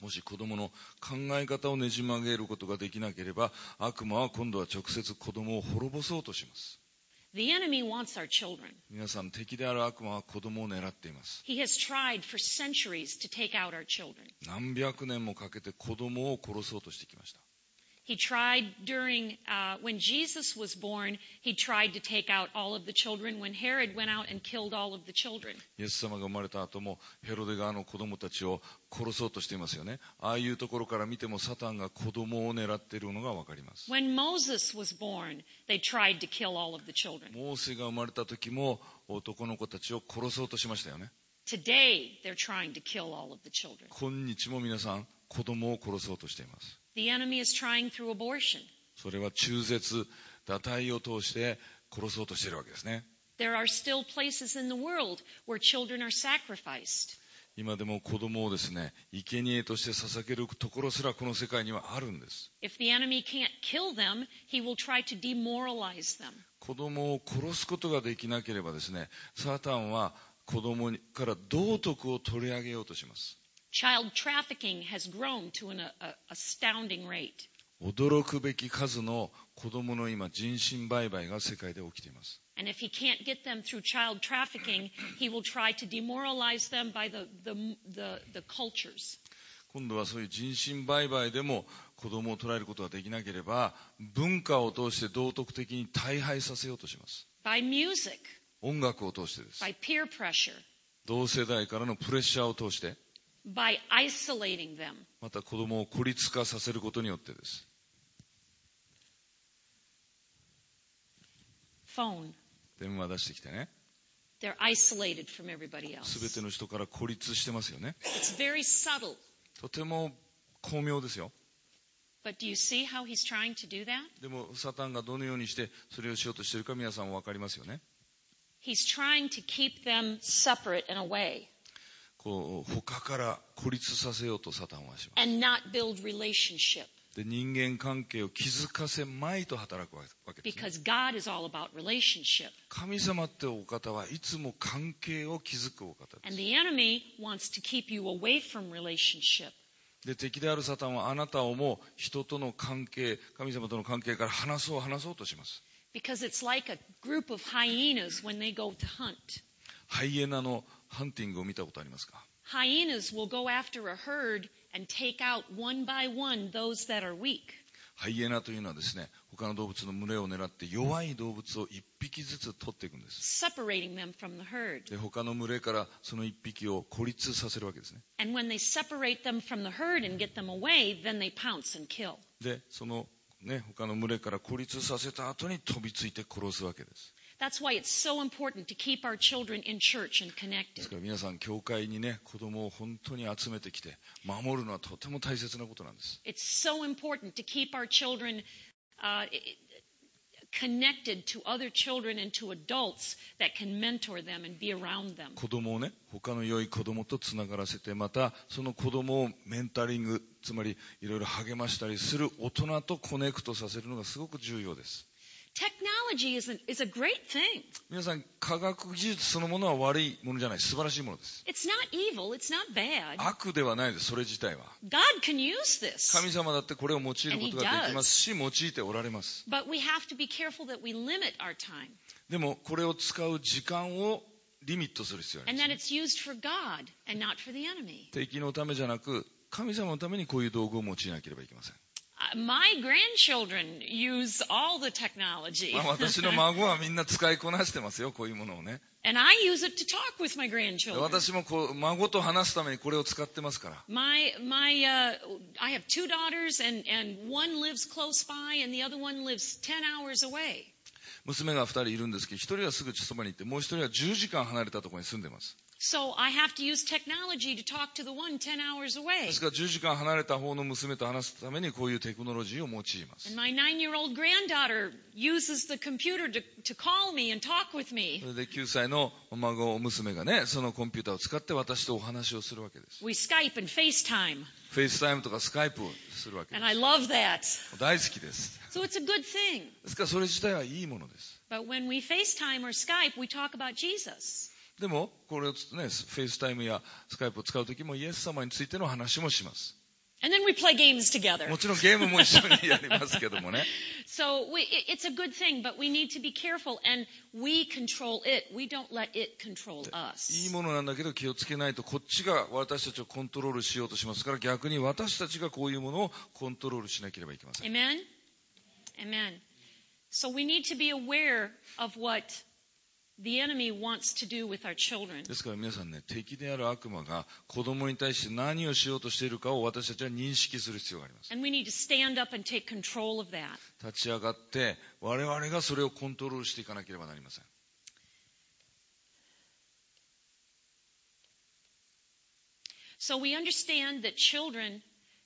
[SPEAKER 1] もし子供の考え方をねじ曲げることができなければ悪魔は今度は直接子供を滅ぼそうとします。
[SPEAKER 2] The enemy wants our children.
[SPEAKER 1] 皆さん敵である悪魔は子供を狙っています。
[SPEAKER 2] He has tried for centuries to take out our children.
[SPEAKER 1] 何百年もかけて子供を殺そうとしてきました。
[SPEAKER 2] He tried during, uh, when Jesus was born, he tried to take out all of the children. When Herod went out and killed all of the children,
[SPEAKER 1] イエス様が生まれた後もヘロデ側の子供たちを殺そうとしていますよね。ああいうところから見てもサタンが子供を狙っているのがわかります。
[SPEAKER 2] when Moses was born, they tried to kill all of the children.
[SPEAKER 1] モーセが生まれた時も男の子たちを殺そうとしましたよね。
[SPEAKER 2] Today, they're trying to kill all of the children.
[SPEAKER 1] 今日も皆さん子供を殺そうとしています。
[SPEAKER 2] The enemy is trying through abortion.
[SPEAKER 1] それは中絶、堕胎を通して殺そうとしているわけですね。
[SPEAKER 2] There are still places in the world where children are sacrificed.
[SPEAKER 1] 今でも子供をですね、生贄として捧げるところすらこの世界にはあるんです。
[SPEAKER 2] If the enemy can't kill them, he will try to demoralize them.
[SPEAKER 1] 子供を殺すことができなければですねサタンは子供にから道徳を取り上げようとします
[SPEAKER 2] Child trafficking has grown to an uh, astounding rate.
[SPEAKER 1] 驚くべき数の子供の今人身売買が世界で起きています
[SPEAKER 2] And if he can't get them through child trafficking, he will try to demoralize them by the, the, the, the cultures.
[SPEAKER 1] 今度はそういう人身売買でも子供を捉えることができなければ文化を通して道徳的に大敗させようとします
[SPEAKER 2] By music,
[SPEAKER 1] 音楽を通してです
[SPEAKER 2] by peer pressure,
[SPEAKER 1] 同世代からのプレッシャーを通して
[SPEAKER 2] by isolating them.
[SPEAKER 1] また子供を孤立化させることによってです
[SPEAKER 2] Phone,
[SPEAKER 1] 電話出してきてね
[SPEAKER 2] they're isolated from everybody
[SPEAKER 1] 全
[SPEAKER 2] else.
[SPEAKER 1] ての人から孤立してますよね
[SPEAKER 2] It's very subtle.
[SPEAKER 1] とても巧妙ですよ
[SPEAKER 2] But do you see how he's trying to do that?
[SPEAKER 1] でもサタンがどのようにしてそれをしようとしているか皆さん分かりますよね
[SPEAKER 2] He's trying to keep them separate and away
[SPEAKER 1] こう他から孤立させようとサタンはしま
[SPEAKER 2] and not build relationship
[SPEAKER 1] すで人間関係を気づかせまいと働くわけです、ね、
[SPEAKER 2] because God is all about relationship.
[SPEAKER 1] 神様ってお方はいつも関係を築くお方
[SPEAKER 2] And
[SPEAKER 1] です
[SPEAKER 2] the enemy wants to keep you away from relationship.
[SPEAKER 1] で敵であるサタンはあなたをもう人との関係神様との関係から離そう離そうとします
[SPEAKER 2] Because it's like a group of hyenas when they go to hunt.
[SPEAKER 1] ハイエナのハンティングを見たことありますか
[SPEAKER 2] Hyenas will go after a herd and take out one by one those that are weak.
[SPEAKER 1] ハイエナというのはですね他の動物の群れを狙って弱い動物を一匹ずつ取っていくんです
[SPEAKER 2] separating them from the herd.
[SPEAKER 1] で他の群れからその一匹を孤立させるわけですね
[SPEAKER 2] And when they separate them from the herd and get them away, then they pounce and kill.
[SPEAKER 1] でそのね、他の群れから孤立させた後に飛びついて殺すわけです。
[SPEAKER 2] That's why it's so important to keep our children in church and
[SPEAKER 1] で
[SPEAKER 2] connected.
[SPEAKER 1] すから皆さん、教会にね、子供を本当に集めてきて、守るのはとても大切なことなんです。
[SPEAKER 2] It's so important to keep our children uh, connected to other children and to adults that can mentor them and be around them.
[SPEAKER 1] 子供をね、他の良い子供とつながらせて、また、その子供をメンタリング、つまり、いろいろ励ましたりする大人とコネクトさせるのがすごく重要です。
[SPEAKER 2] Technology is, an, is a great thing.
[SPEAKER 1] 皆さん、科学技術そのものは悪いものじゃない、素晴らしいものです。
[SPEAKER 2] It's not evil. It's not bad.
[SPEAKER 1] 悪ではないです、それ自体は。
[SPEAKER 2] God can use this.
[SPEAKER 1] 神様だってこれを用いることができますし、用いておられます。
[SPEAKER 2] But we have to be careful that we limit our time
[SPEAKER 1] でも、これを使う時間をリミットする必要があり
[SPEAKER 2] and
[SPEAKER 1] ます
[SPEAKER 2] that it's used for God and not for the enemy.
[SPEAKER 1] 敵のためじゃなく神様のためにこういう道具を用いなければいけません、
[SPEAKER 2] Uh, my grandchildren use all the technology.
[SPEAKER 1] まあ、私 の孫はみんな使いこなしてますよこういうものを ね
[SPEAKER 2] and I use it to talk with my grandchildren.
[SPEAKER 1] 私もこう孫と話すためにこれを使ってますから
[SPEAKER 2] My my uh, I have two daughters and and one lives close by and the other one lives 10 hours away.
[SPEAKER 1] 娘が2人いるんですけど1人はすぐそばに行ってもう1人は10時間離れたところに住んでます
[SPEAKER 2] So I have to use technology to talk to the one 10 hours
[SPEAKER 1] で
[SPEAKER 2] away.
[SPEAKER 1] すから10時間離れた方の娘と話すためにこういうテクノロジーを用いま
[SPEAKER 2] And
[SPEAKER 1] す
[SPEAKER 2] my 9-year-old granddaughter uses the computer to to call me and talk with me.
[SPEAKER 1] それで9歳の孫娘がねそのコンピューターを使って私とお話をするわけです
[SPEAKER 2] We Skype and FaceTime
[SPEAKER 1] フェイスタイムとかスカイプをするわけで
[SPEAKER 2] and I love that.
[SPEAKER 1] す大好きです
[SPEAKER 2] So it's a good thing.
[SPEAKER 1] ですからそれ自体はいいものです
[SPEAKER 2] But when we FaceTime or Skype, we talk about Jesus.
[SPEAKER 1] でも、これをつね、フェイスタイムやスカイプを使うときも、イエス様についての話もします。
[SPEAKER 2] And then we play games together.
[SPEAKER 1] もちろんゲームも一緒にやりますけどもね。
[SPEAKER 2] So we, it- it's a good thing, but we need to be careful, and we control it. We don't let it
[SPEAKER 1] いい
[SPEAKER 2] control us.
[SPEAKER 1] ものなんだけど気をつけないと、こっちが私たちをコントロールしようとしますから、逆に私たちがこういうものをコントロールしなければいけません。
[SPEAKER 2] Amen? Amen. So we need to be aware of what the enemy wants to do with our children.
[SPEAKER 1] ですから皆さんね、敵である悪魔が子供に対して何をしようとしているかを私たちは認識する必要があります。
[SPEAKER 2] And we need to stand up and take control of that.
[SPEAKER 1] 立ち上がって、我々がそれをコントロールしていかなければなりません。
[SPEAKER 2] So we understand that children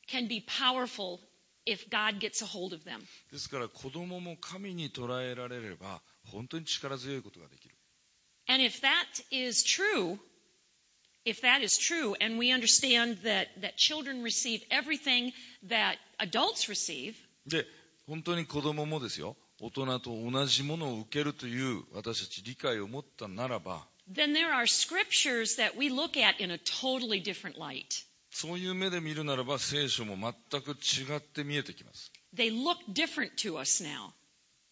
[SPEAKER 2] can be powerful if God gets a hold of them.
[SPEAKER 1] ですから子供も神に捉えられれば、本当に力強いことができる。
[SPEAKER 2] And if that is true, if that is true, and we understand that, that children receive everything that adults receive,
[SPEAKER 1] で本当に子供もですよ大人と同じものを受けるという私たち理解を持ったならば
[SPEAKER 2] then there are scriptures that we look at in a totally different light.
[SPEAKER 1] そういう目で見るならば聖書も全く違って見えてきます
[SPEAKER 2] They look different to us now.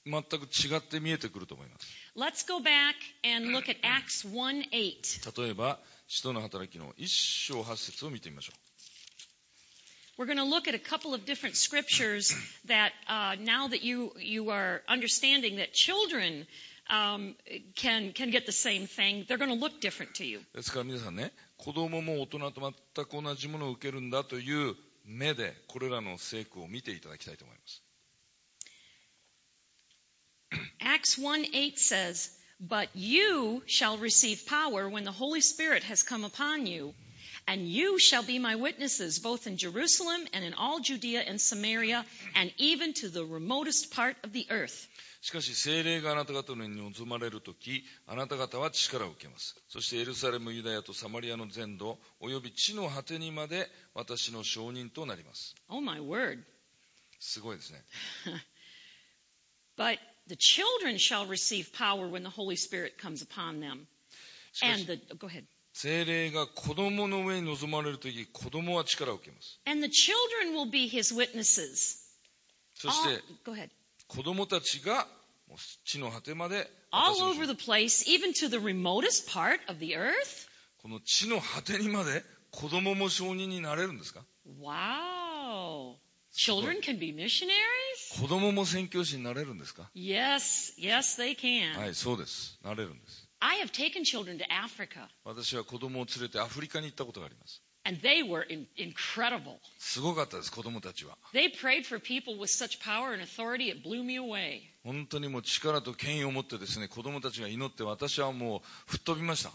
[SPEAKER 1] 全く違って見えてくると思います
[SPEAKER 2] Let's go back and look at Acts 1 8.
[SPEAKER 1] 例えば使徒の働きの一章八節を見てみましょ
[SPEAKER 2] We're going to look at a couple of different scriptures that uh, now that you, you are understanding that children um, can, can get the same thing, they're going to look different to you.
[SPEAKER 1] うですから皆さんね子供も大人と全く同じものを受けるんだという目でこれらの聖句を見ていただきたいと思います
[SPEAKER 2] Acts 1 8 says, But you shall receive power when the Holy Spirit has come upon you, and you shall be my witnesses both in Jerusalem and in all Judea and Samaria, and even to the remotest part of the earth.
[SPEAKER 1] しかし精霊があなた方に望まれるとき、あなた方は力を受けます。そしてエルサレム、ユダヤとサマリアの全土、および地の果てにまで私の証人となります。
[SPEAKER 2] Oh my word.
[SPEAKER 1] すごいですね。
[SPEAKER 2] But the children shall receive power when the Holy Spirit comes upon them.
[SPEAKER 1] しか
[SPEAKER 2] And
[SPEAKER 1] し
[SPEAKER 2] the go ahead.
[SPEAKER 1] 精霊が子供の上に望まれるとき、子供は力を受けます。
[SPEAKER 2] And the children will be his witnesses.
[SPEAKER 1] そして
[SPEAKER 2] All- go ahead.
[SPEAKER 1] 子供たちがもう地の果てまで
[SPEAKER 2] All
[SPEAKER 1] 私の証
[SPEAKER 2] over
[SPEAKER 1] 人
[SPEAKER 2] the place, even to the remotest part of the earth.
[SPEAKER 1] この地の果てにまで子供も証人になれるんですか
[SPEAKER 2] Wow. Children can be missionaries?
[SPEAKER 1] 子供も宣教師になれるんですか
[SPEAKER 2] Yes, yes, they can.
[SPEAKER 1] はい、そうです。なれるんです。
[SPEAKER 2] I have taken children to Africa,
[SPEAKER 1] 私は子供を連れてアフリカに行ったことがあります。
[SPEAKER 2] And they were in, incredible.
[SPEAKER 1] すごかったです、子供たちは。
[SPEAKER 2] They prayed for people with such power and authority, it blew me away.
[SPEAKER 1] 本当にもう力と権威を持ってですね、子供たちが祈って私はもう吹っ飛びました。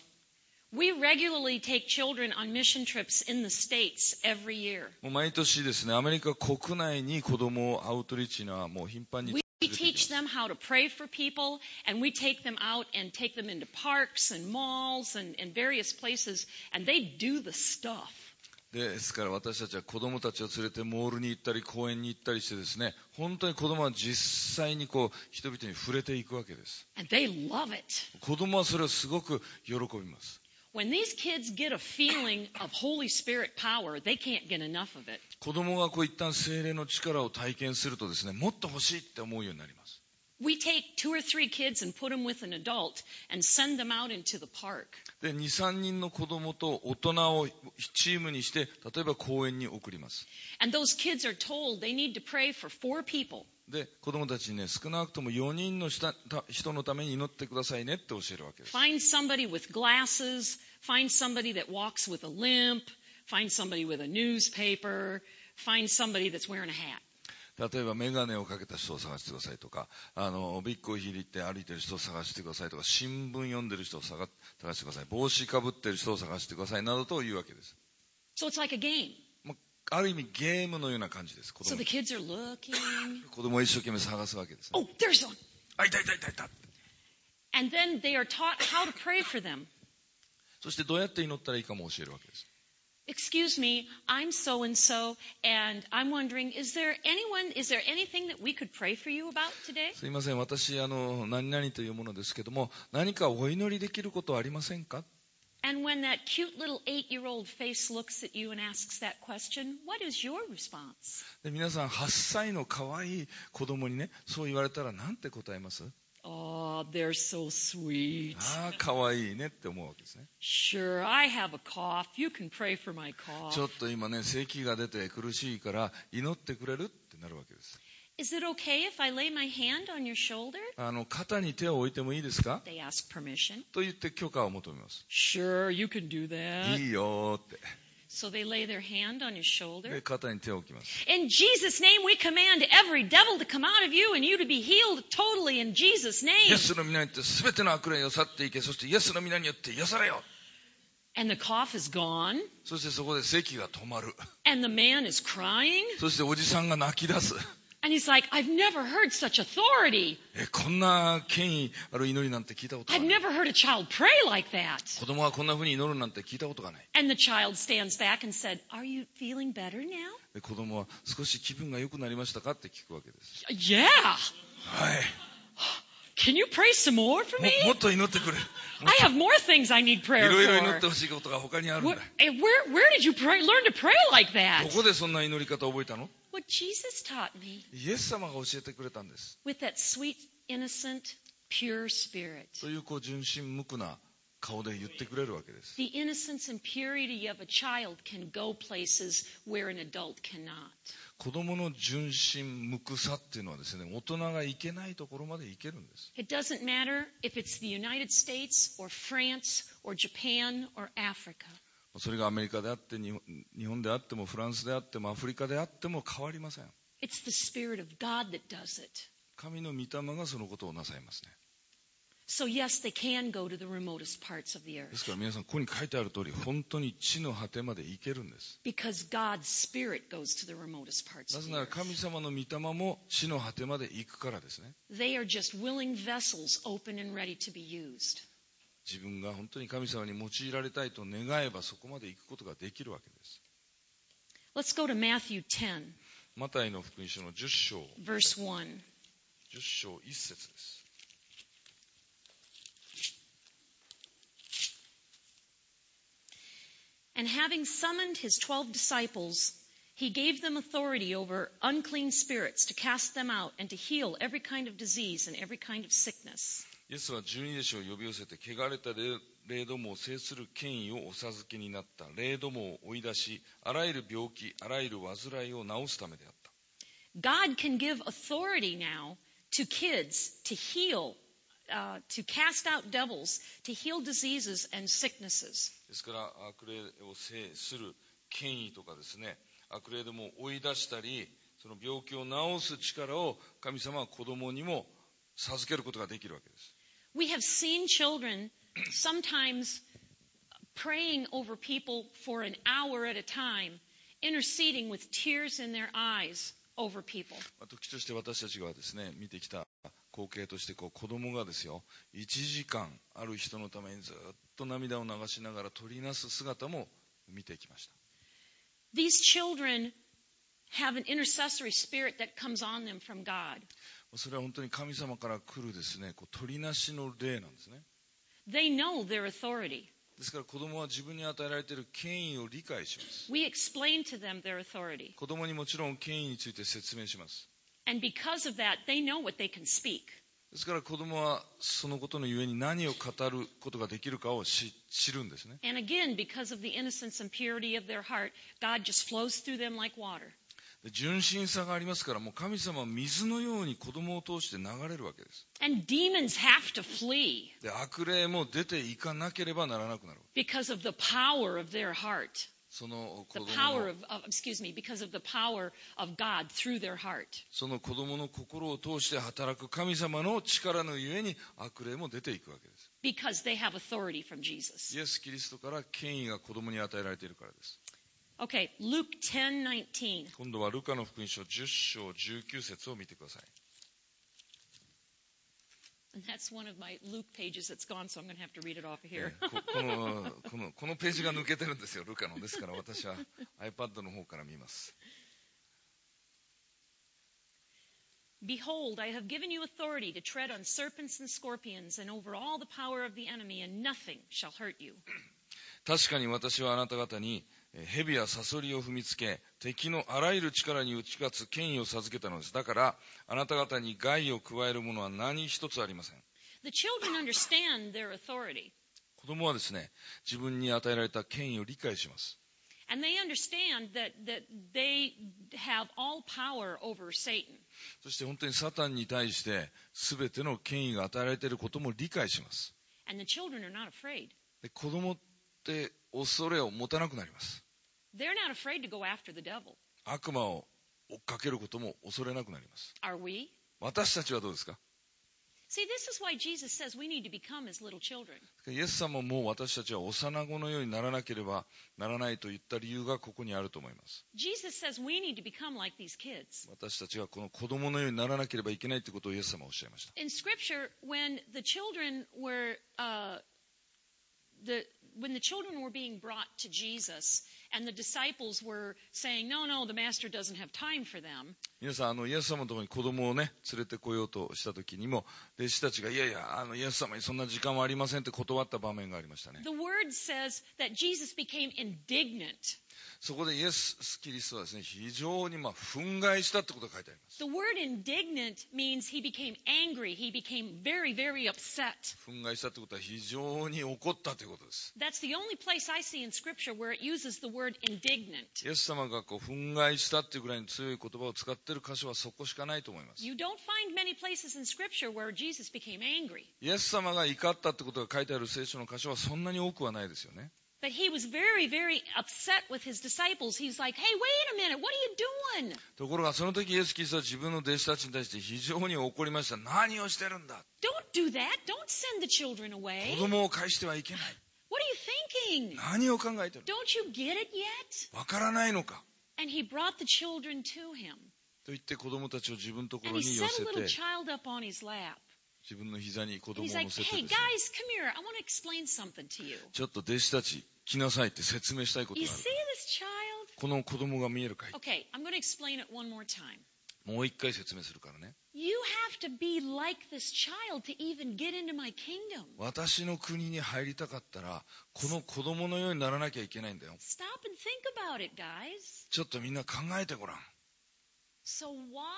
[SPEAKER 2] We regularly take children on mission trips in the States every year.
[SPEAKER 1] もう毎年ですね、アメリカ国内に子供をアウトリーチにはもう頻繁に
[SPEAKER 2] We
[SPEAKER 1] 連れて行き
[SPEAKER 2] teach
[SPEAKER 1] ます
[SPEAKER 2] them how to pray for people, and we take them out and take them into parks and malls and, and various places, and they do the stuff.
[SPEAKER 1] ですから私たちは子供たちを連れてモールに行ったり公園に行ったりしてですね、本当に子供は実際にこう人々に触れていくわけです。
[SPEAKER 2] And they love it.
[SPEAKER 1] 子供はそれをすごく喜びます。
[SPEAKER 2] When these kids get a feeling of Holy Spirit power, they can't get enough of it.
[SPEAKER 1] 子供がこう一旦精霊の力を体験するとですね、もっと欲しいって思うようになります。
[SPEAKER 2] We take two or three kids and put them with an adult and send them out into the park.
[SPEAKER 1] で、2、3人の子供と大人をチームにして、例えば公園に送ります。
[SPEAKER 2] And those kids are told they need to pray for four people.
[SPEAKER 1] で、子供たちにね、少なくとも4人のしたた人のために祈ってくださいねって教えるわけです。
[SPEAKER 2] Find somebody with glasses, find somebody that walks with a limp, find somebody with a newspaper, find somebody that's wearing a hat.
[SPEAKER 1] 例えば、メガネをかけた人を探してくださいとか、あの、おびっこをひりって歩いてる人を探してくださいとか、新聞読んでる人を探探してください、帽子かぶってる人を探してくださいなどというわけです。
[SPEAKER 2] So it's like a game.
[SPEAKER 1] ある意味、ゲームのような感じです。子
[SPEAKER 2] So
[SPEAKER 1] 供
[SPEAKER 2] the kids are looking.
[SPEAKER 1] 子供を一生懸命探すわけですね、
[SPEAKER 2] Oh, there's one.
[SPEAKER 1] あ、いたいたいたいた。
[SPEAKER 2] And then they are taught how to pray for them.
[SPEAKER 1] そして、どうやって祈ったらいいかも教えるわけです。
[SPEAKER 2] Excuse me, I'm so and so, and I'm wondering, is there anyone, is there anything that we could pray for you about today?
[SPEAKER 1] すいません、私、あの、何々というものですけども、何かお祈りできることはありませんか
[SPEAKER 2] And when that cute little eight year old face looks at you and asks that question, what is your response?
[SPEAKER 1] で皆さん、8歳の可愛い子供にね、そう言われたら、なんて答えます
[SPEAKER 2] Oh, they're so sweet.
[SPEAKER 1] ああ、可愛いねって思うわけですね。
[SPEAKER 2] Sure, I have a cough. You can pray for my
[SPEAKER 1] ちょ
[SPEAKER 2] cough.
[SPEAKER 1] っと今ね、咳が出て苦しいから、祈ってくれるってなるわけです。
[SPEAKER 2] Is it okay if I lay my hand on your shoulder?
[SPEAKER 1] あの、肩に手を置いてもいいですか
[SPEAKER 2] They ask permission.
[SPEAKER 1] と言って許可を求めます。
[SPEAKER 2] Sure, you can do
[SPEAKER 1] い
[SPEAKER 2] that.
[SPEAKER 1] いよーって。
[SPEAKER 2] So they lay their hand on his shoulder.
[SPEAKER 1] で、肩に手を置きます。
[SPEAKER 2] In Jesus' name, we command every devil to come out of you and you to be healed totally in Jesus'
[SPEAKER 1] イ
[SPEAKER 2] name.
[SPEAKER 1] エスの皆によって全ての悪霊を去っていけ、そしてイエスの皆によって癒されよ
[SPEAKER 2] And the cough is gone,
[SPEAKER 1] そしてそこで咳が止まる。
[SPEAKER 2] and the man is crying,
[SPEAKER 1] そしておじさんが泣き出す。
[SPEAKER 2] and he's like, I've never heard such authority.
[SPEAKER 1] え、こんな権威ある祈りなんて聞いたことが
[SPEAKER 2] I've
[SPEAKER 1] ない。
[SPEAKER 2] never heard a child pray like that.
[SPEAKER 1] 子供がこんな風に祈るなんて聞いたことがない。
[SPEAKER 2] And the child stands back and said, Are you feeling better now?
[SPEAKER 1] で、子供は少し気分が良くなりましたかって聞くわけです。
[SPEAKER 2] Yeah.
[SPEAKER 1] はい。
[SPEAKER 2] Can you pray some more for
[SPEAKER 1] も
[SPEAKER 2] me?
[SPEAKER 1] もっと祈ってくれ。
[SPEAKER 2] I have more things I
[SPEAKER 1] い
[SPEAKER 2] need prayer
[SPEAKER 1] ろいろ祈って
[SPEAKER 2] for.
[SPEAKER 1] ほしいことが他にあるんだ
[SPEAKER 2] Where,。eh, where, where did you pray, learn to pray like
[SPEAKER 1] ど
[SPEAKER 2] that?
[SPEAKER 1] こでそんな祈り方を覚えたの
[SPEAKER 2] What Jesus taught me.
[SPEAKER 1] イエス様が教えてくれたんです。
[SPEAKER 2] with that sweet, innocent, pure spirit.
[SPEAKER 1] という、こう、純真無垢な顔で言ってくれるわけです。
[SPEAKER 2] The innocence and purity of a child can go places where an adult cannot.
[SPEAKER 1] 子供の純真無垢さっていうのはですね、大人が行けないところまで行けるんです。
[SPEAKER 2] It doesn't matter if it's the United States or France or Japan or Africa.
[SPEAKER 1] それがアメリカであって、日本日本であっても、フランスであっても、アフリカであっても変わりません。
[SPEAKER 2] It's the Spirit of God that does it.
[SPEAKER 1] 神の御霊がそのことをなさいますね。
[SPEAKER 2] So, yes, they can go to the remotest parts of the
[SPEAKER 1] で
[SPEAKER 2] earth
[SPEAKER 1] すから皆さん、ここに書いてある通り、本当に地の果てまで行けるんです。
[SPEAKER 2] because God's Spirit goes to the remotest parts
[SPEAKER 1] なぜ
[SPEAKER 2] of the
[SPEAKER 1] なら
[SPEAKER 2] earth.
[SPEAKER 1] 神様の御霊も地の果てまで行くからですね。
[SPEAKER 2] They are just willing vessels open and ready to be used.
[SPEAKER 1] 自分が本当に神様に用いられたいと願えばそこまで行くことができるわけです。
[SPEAKER 2] Let's go to Matthew 10,
[SPEAKER 1] マタイの福音書の10章、
[SPEAKER 2] verse 1.
[SPEAKER 1] 10章1節です。
[SPEAKER 2] And having summoned his twelve disciples, he gave them authority over unclean spirits to cast them out and to heal every kind of disease and every kind of sickness.
[SPEAKER 1] イエスは十二弟子を呼び寄せて、汚れた霊霊どもを制する権威をお授けになった霊どもを追い出し、あらゆる病気、あらゆる患いを治すためであった。
[SPEAKER 2] God can give authority now to kids to heal, uh, to cast out devils, to heal diseases and sicknesses.
[SPEAKER 1] ですから、悪霊を制する権威とかですね、悪霊でも追い出したり、その病気を治す力を神様は子供にも授けることができるわけです。
[SPEAKER 2] We have seen children sometimes praying over people for an hour at a time, interceding with tears in their eyes over people.
[SPEAKER 1] まあ時として私たちがですね、見てきた光景としてこう子供がですよ、1時間ある人のためにずっと涙を流しながら取りなす姿も見てきました。
[SPEAKER 2] These children have an intercessory spirit that comes on them from God.
[SPEAKER 1] それは本当に神様から来るですね、こう取りなしの例なんですね。
[SPEAKER 2] They know their authority.
[SPEAKER 1] ですから子供は自分に与えられている権威を理解します。
[SPEAKER 2] We explain to them their authority.
[SPEAKER 1] 子供にもちろん権威について説明します。
[SPEAKER 2] And because of that, they know what they can speak.
[SPEAKER 1] ですから子供はそのことのゆえに何を語ることができるかを知知るんですね。
[SPEAKER 2] And again, because of the innocence and purity of their heart, God just flows through them like water.
[SPEAKER 1] で純真さがありますから、もう神様は水のように子供を通して流れるわけです。
[SPEAKER 2] And demons have to flee.
[SPEAKER 1] で、悪霊も出ていかなければならなくなる。
[SPEAKER 2] because of the power of their heart,
[SPEAKER 1] その子供
[SPEAKER 2] the power
[SPEAKER 1] の
[SPEAKER 2] of, of excuse me, because of the power of God through their heart.
[SPEAKER 1] その子供の心を通して働く神様の力のゆえに悪霊も出ていくわけです。
[SPEAKER 2] Because they have authority from Jesus.
[SPEAKER 1] イエス・キリストから権威が子供に与えられているからです。
[SPEAKER 2] Okay, Luke 10 19.
[SPEAKER 1] 今度はルカの福音書10章19節を見てください。
[SPEAKER 2] And that's one of my Luke pages that's gone, so I'm going to have to read it off of
[SPEAKER 1] え
[SPEAKER 2] here.
[SPEAKER 1] ー ここのこのこのページが抜けてるんですよ、ルカの。ですから私は iPad の方から見ます。
[SPEAKER 2] Behold, I have given you authority to tread on serpents and scorpions and over all the power of the enemy, and nothing shall hurt you.
[SPEAKER 1] 確かに私はあなた方にえー蛇やサソリを踏みつけ、敵のあらゆる力に打ち勝つ権威を授けたのです。だから、あなた方に害を加えるものは何一つありません。
[SPEAKER 2] The children understand their authority,
[SPEAKER 1] 子供はですね、自分に与えられた権威を理解します。
[SPEAKER 2] and they understand that, that they have all power over Satan.
[SPEAKER 1] そして本当にサタンに対して全ての権威が与えられていることも理解します。
[SPEAKER 2] And the children are not afraid.
[SPEAKER 1] で子供って恐れを持たなくなります。
[SPEAKER 2] They're not afraid to go after the devil.
[SPEAKER 1] 悪魔を追っかけることも恐れなくなります。
[SPEAKER 2] Are we?
[SPEAKER 1] 私たちはどうですか
[SPEAKER 2] See, this is why Jesus says we need to become as little children.
[SPEAKER 1] イエス様も私たちは幼子のようにならなければならないと言った理由がここにあると思います。
[SPEAKER 2] Jesus says we need to become like these kids.
[SPEAKER 1] 私たちがこの子供のようにならなければいけないということをイエス様はおっしゃいました。
[SPEAKER 2] In Scripture, when the children were uh, the when the children were being brought to Jesus, and the disciples were saying, "No, no, the master doesn't have time for them."
[SPEAKER 1] 皆さん、あの、イエス様のところに子供をね、連れてこようとした時にも、弟子たちが、いやいや、あの、イエス様にそんな時間はありませんって断った場面がありましたね。
[SPEAKER 2] The Word says that Jesus became indignant.
[SPEAKER 1] そこでイエス・キリストはですね、非常にまあ、憤慨したってことが書いてあります。
[SPEAKER 2] The word indignant means he became angry. He became very, very upset.
[SPEAKER 1] 憤慨したってことは非常に怒ったということです。
[SPEAKER 2] That's the only place I see in Scripture where it uses the word indignant.
[SPEAKER 1] イエス様がこう、憤慨したっていうぐらいの強い言葉を使ってる箇所はそこしかないと思います。イ
[SPEAKER 2] You don't find many places in Scripture where Jesus became angry,
[SPEAKER 1] エス様が怒ったってことが書いてある聖書の箇所はそんなに多くはないですよね。
[SPEAKER 2] but he was very, very upset with his disciples. He's like, hey, wait a minute, what are you doing?
[SPEAKER 1] ところが、その時イエス・キリストは自分の弟子たちに対して非常に怒りました。何をしてるんだ
[SPEAKER 2] Don't do that. Don't send the children away.
[SPEAKER 1] 子供を返してはいけない。
[SPEAKER 2] What are you thinking?
[SPEAKER 1] 何を考えてる
[SPEAKER 2] Don't you get it yet?
[SPEAKER 1] のわからないのか。
[SPEAKER 2] And he brought the children to him.
[SPEAKER 1] と言って子供たちを自分のとこ
[SPEAKER 2] And
[SPEAKER 1] ろ
[SPEAKER 2] he
[SPEAKER 1] に寄
[SPEAKER 2] set
[SPEAKER 1] せ
[SPEAKER 2] a
[SPEAKER 1] て、
[SPEAKER 2] little child up on his lap.
[SPEAKER 1] 自分の膝に子
[SPEAKER 2] And
[SPEAKER 1] 供を
[SPEAKER 2] he's
[SPEAKER 1] 乗
[SPEAKER 2] like,
[SPEAKER 1] せて
[SPEAKER 2] hey,
[SPEAKER 1] ですね
[SPEAKER 2] guys, come here. I want to explain something to you.
[SPEAKER 1] ちょっと弟子たち来なさいって説明したいこと
[SPEAKER 2] You
[SPEAKER 1] がある。
[SPEAKER 2] see this child?
[SPEAKER 1] この子供が見えるかい
[SPEAKER 2] Okay, I'm going to explain it one more time.
[SPEAKER 1] もう一回説明するからね。
[SPEAKER 2] You have to be like this child to even get into my kingdom.
[SPEAKER 1] 私の国に入りたかったら、この子供のようにならなきゃいけないんだよ。
[SPEAKER 2] Stop and think about it, guys.
[SPEAKER 1] ちょっとみんな考えてごらん。
[SPEAKER 2] So, why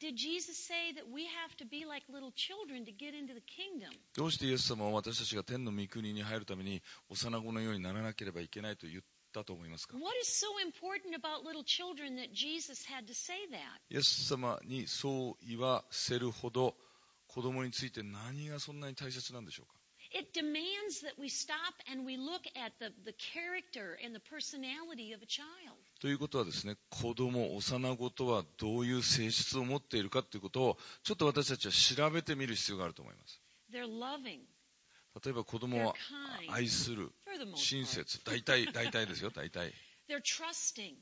[SPEAKER 2] did Jesus say that we have to be like little children to get into the kingdom?
[SPEAKER 1] どうしてイエス様は私たちが天の御国に入るために幼子のようにならなければいけないと言ったと思いますか
[SPEAKER 2] What is so important about little children that Jesus had to say that?
[SPEAKER 1] イエス様にそう言わせるほど子供について何がそんなに大切なんでしょうか
[SPEAKER 2] It it demands that we stop and we look at the, the character and the personality of a child.
[SPEAKER 1] ということはですね、子供、幼子とはどういう性質を持っているかということを、ちょっと私たちは調べてみる必要があると思います。
[SPEAKER 2] They're loving
[SPEAKER 1] 例えば子供は
[SPEAKER 2] They're kind.
[SPEAKER 1] あ愛する、
[SPEAKER 2] for the most
[SPEAKER 1] 親
[SPEAKER 2] part.
[SPEAKER 1] 切、大体、大体ですよ、大体。
[SPEAKER 2] They're trusting.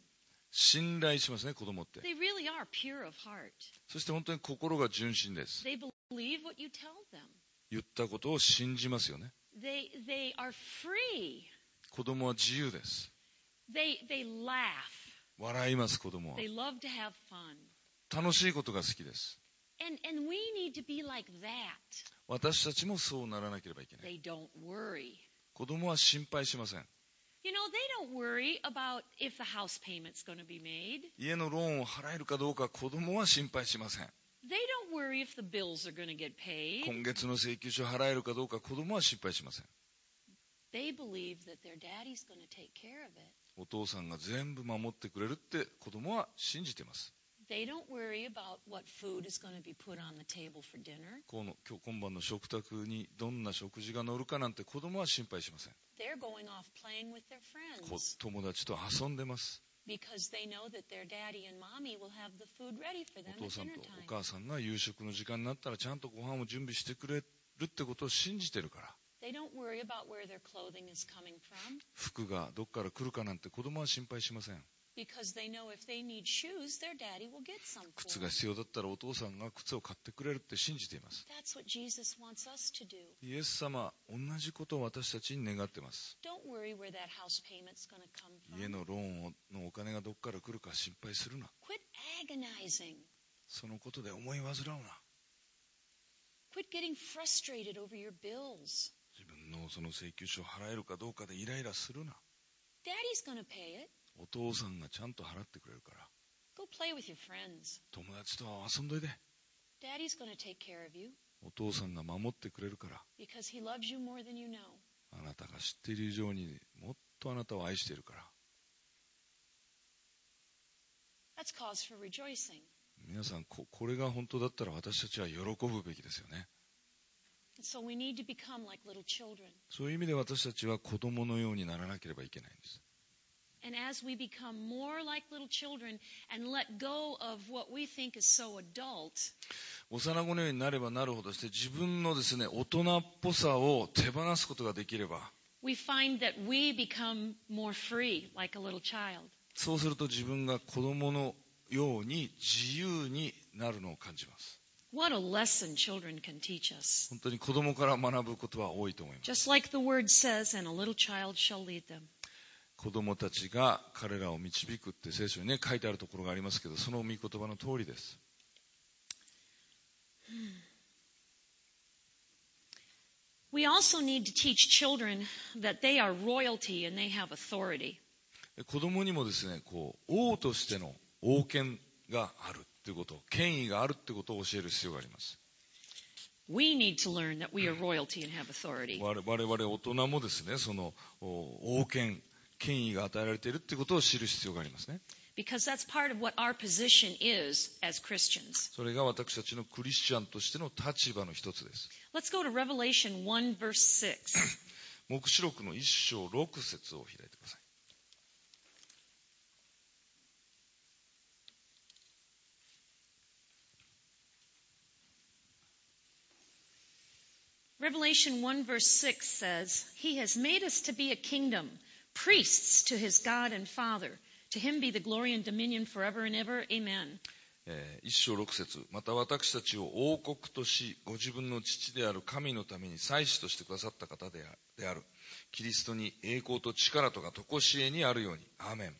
[SPEAKER 1] 信頼しますね、子供って。
[SPEAKER 2] They really are pure of heart.
[SPEAKER 1] そして本当に心が純真です。
[SPEAKER 2] They believe what you tell them.
[SPEAKER 1] 言ったことを信じますよね。
[SPEAKER 2] They they are free.
[SPEAKER 1] 子供は自由です。
[SPEAKER 2] They they laugh.
[SPEAKER 1] 笑います、子供は
[SPEAKER 2] They。love to have fun.
[SPEAKER 1] 楽しいことが好きです。
[SPEAKER 2] And and we need to be like that.
[SPEAKER 1] 私たちもそうならなければいけない。
[SPEAKER 2] They don't worry.
[SPEAKER 1] 子供は心配しません。
[SPEAKER 2] You know, they don't worry about if the house payment's going to be made.
[SPEAKER 1] 家のローンを払えるかどうか子供は心配しません。
[SPEAKER 2] They don't worry if the bills are going to get paid.
[SPEAKER 1] 今月の請求書払えるかどうか子供は心配しません。
[SPEAKER 2] They believe that their daddy's going to take care of it.
[SPEAKER 1] お父さんが全部守ってくれるって子供は信じてます。
[SPEAKER 2] They don't worry about what food is going to be put on the table for dinner.
[SPEAKER 1] この今日今晩の食卓にどんな食事が乗るかなんて子供は心配しません。
[SPEAKER 2] They're going off playing with their
[SPEAKER 1] こ
[SPEAKER 2] friends
[SPEAKER 1] 友達と遊んでます。
[SPEAKER 2] because they know that their daddy and mommy will have the food ready for
[SPEAKER 1] お父
[SPEAKER 2] them at
[SPEAKER 1] さんと
[SPEAKER 2] dinner
[SPEAKER 1] お
[SPEAKER 2] time.
[SPEAKER 1] 母さんが夕食の時間になったらちゃんとご飯を準備してくれるってことを信じてるから。
[SPEAKER 2] They don't worry about where their clothing is coming from
[SPEAKER 1] 服がどっから来るかなんて子供は心配しません。
[SPEAKER 2] because they know if they need shoes, their daddy will get some
[SPEAKER 1] 靴
[SPEAKER 2] for
[SPEAKER 1] が
[SPEAKER 2] them.
[SPEAKER 1] 必要だったらお父さんが靴を買ってくれるって信じています。
[SPEAKER 2] That's what Jesus wants us to do.
[SPEAKER 1] イエス様、同じことを私たちに願ってます。
[SPEAKER 2] Don't worry where that house payment's going to come
[SPEAKER 1] 家
[SPEAKER 2] from.
[SPEAKER 1] のローンのお金がどっから来るか心配するな。
[SPEAKER 2] Quit agonizing.
[SPEAKER 1] そのことで思い煩うな。
[SPEAKER 2] Quit getting frustrated over your bills.
[SPEAKER 1] 自分のその請求書を払えるかどうかでイライラするな。
[SPEAKER 2] Daddy's going to pay it.
[SPEAKER 1] お父さんがちゃんと払ってくれるから、
[SPEAKER 2] Go play with your friends.
[SPEAKER 1] 友達と遊んどいで。
[SPEAKER 2] Daddy's going to take care of you
[SPEAKER 1] お父さんが守ってくれるから、
[SPEAKER 2] because he loves you more than you know.
[SPEAKER 1] あなたが知っている以上にもっとあなたを愛しているから。
[SPEAKER 2] That's cause for rejoicing.
[SPEAKER 1] 皆さんこ、これが本当だったら私たちは喜ぶべきですよね。
[SPEAKER 2] And so we need to become like little children.
[SPEAKER 1] そういう意味で私たちは子供のようにならなければいけないんです。
[SPEAKER 2] And as we become more like little children and let go of what we think is so adult,
[SPEAKER 1] 幼子のようになればなるほどして自分のですね大人っぽさを手放すことができれば
[SPEAKER 2] we find that we become more free like a little child.
[SPEAKER 1] そうすると自分が子供のように自由になるのを感じます
[SPEAKER 2] What a lesson children can teach us.
[SPEAKER 1] 本当に子供から学ぶことは多いと思います
[SPEAKER 2] Just like the word says, and a little child shall lead them.
[SPEAKER 1] 子供たちが彼らを導くって聖書にね書いてあるところがありますけどその御言葉の通りです
[SPEAKER 2] We also need to teach children that they are royalty and they have authority.
[SPEAKER 1] で子供にもですねこう王としての王権があるっていうこと権威があるってことを教える必要があります
[SPEAKER 2] We need to learn that we are royalty and have authority.
[SPEAKER 1] 我我々大人もですねそのお王権権威が与えられているということを知る必要がありますね
[SPEAKER 2] Because that's part of what our position is as Christians.
[SPEAKER 1] それが私たちのクリスチャンとしての立場の一つです
[SPEAKER 2] Let's go to Revelation 1, verse 6.
[SPEAKER 1] 黙示録の一章六節を開いてください
[SPEAKER 2] Revelation 1, verse 6 says, He has made us to be a kingdom, priests to his God and Father. To him be the glory and dominion forever and ever. Amen.
[SPEAKER 1] えー一章六節また私たちを王国としご自分の父である神のために祭司としてくださった方であであるキリストに栄光と力とが常しえにあるようにアーメン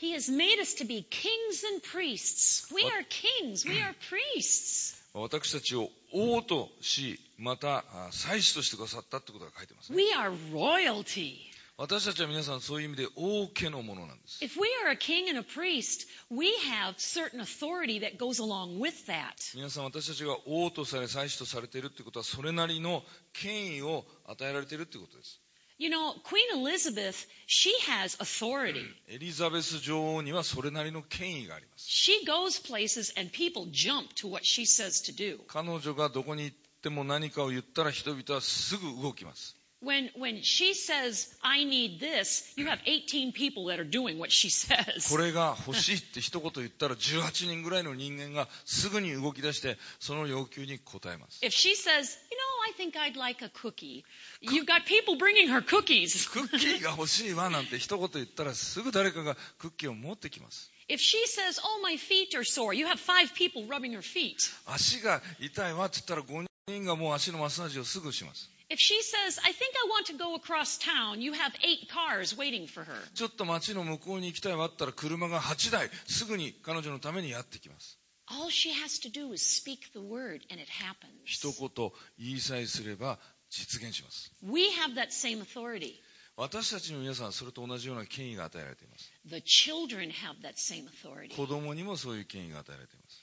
[SPEAKER 2] He has made us to be kings and priests. We
[SPEAKER 1] What-
[SPEAKER 2] are kings. We are priests.
[SPEAKER 1] 私たちを王としまたあ祭司としてくださったってことが書いてますね
[SPEAKER 2] We are royalty.
[SPEAKER 1] 私たちは皆さんそういう意味で王家のものなんです。
[SPEAKER 2] If we are a king and a priest, we have certain authority that goes along with that.
[SPEAKER 1] 皆さん私たちが王とされ祭司とされているということはそれなりの権威を与えられているということです。
[SPEAKER 2] You know, Queen Elizabeth, she has authority.
[SPEAKER 1] エリザベス女王にはそれなりの権威があります。
[SPEAKER 2] She goes places and people jump to what she says to do.
[SPEAKER 1] 彼女がどこに行っっても何かを言ったら人々はすぐ動きます。
[SPEAKER 2] When, when she says, I need this, you have 18 people that are doing what she says.
[SPEAKER 1] これが欲しいって一言言ったら18人ぐらいの人間がすぐに動き出してその要求に応えます。
[SPEAKER 2] If she says, you know, I think I'd like a cookie, you've got people bringing her cookies.
[SPEAKER 1] クッキーが欲しいわなんて一言言ったらすぐ誰かがクッキーを持ってきます。
[SPEAKER 2] If she says, oh, my feet are sore, you have five people rubbing her feet.
[SPEAKER 1] 足が痛いわって言ったら5人がもう足のマッサージをすぐします。
[SPEAKER 2] If she says, I think I want to go across town, you have eight cars waiting for her.
[SPEAKER 1] ちょっと街の向こうに行きたいわって言ったら車が8台すぐに彼女のためにやってきます。
[SPEAKER 2] All she has to do is speak the word and it happens.
[SPEAKER 1] 一言言いさえすれば実現します。
[SPEAKER 2] We have that same authority.
[SPEAKER 1] 私たちの皆さんはそれと同じような権威が与えられています。
[SPEAKER 2] The children have that same authority.
[SPEAKER 1] 子供にもそういう権威が与えられています。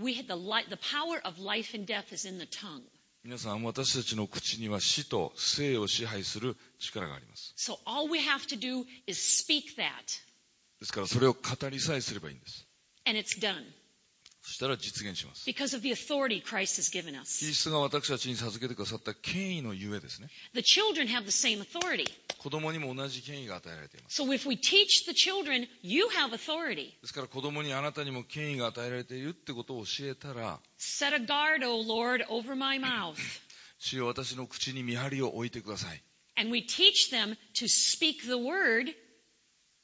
[SPEAKER 2] We had the, li- the power of life and death is in the tongue.
[SPEAKER 1] 皆さん、私たちの口には死と生を支配する力があります。
[SPEAKER 2] So all we have to do is speak that,
[SPEAKER 1] ですから、それを語りさえすればいいんです。
[SPEAKER 2] and it's done
[SPEAKER 1] そしたら実現します。
[SPEAKER 2] because of the authority Christ has given
[SPEAKER 1] キ
[SPEAKER 2] us.
[SPEAKER 1] リストが私たちに授けてくださった権威のゆえですね。
[SPEAKER 2] The children have the same authority.
[SPEAKER 1] 子供にも同じ権威が与えられています。
[SPEAKER 2] So if we teach the children, you have authority.
[SPEAKER 1] ですから、子供にあなたにも権威が与えられているってことを教えたら、
[SPEAKER 2] Set a guard, O Lord, over my mouth.
[SPEAKER 1] 主よ私の口に見張りを置いてください。
[SPEAKER 2] And we teach them to speak the word,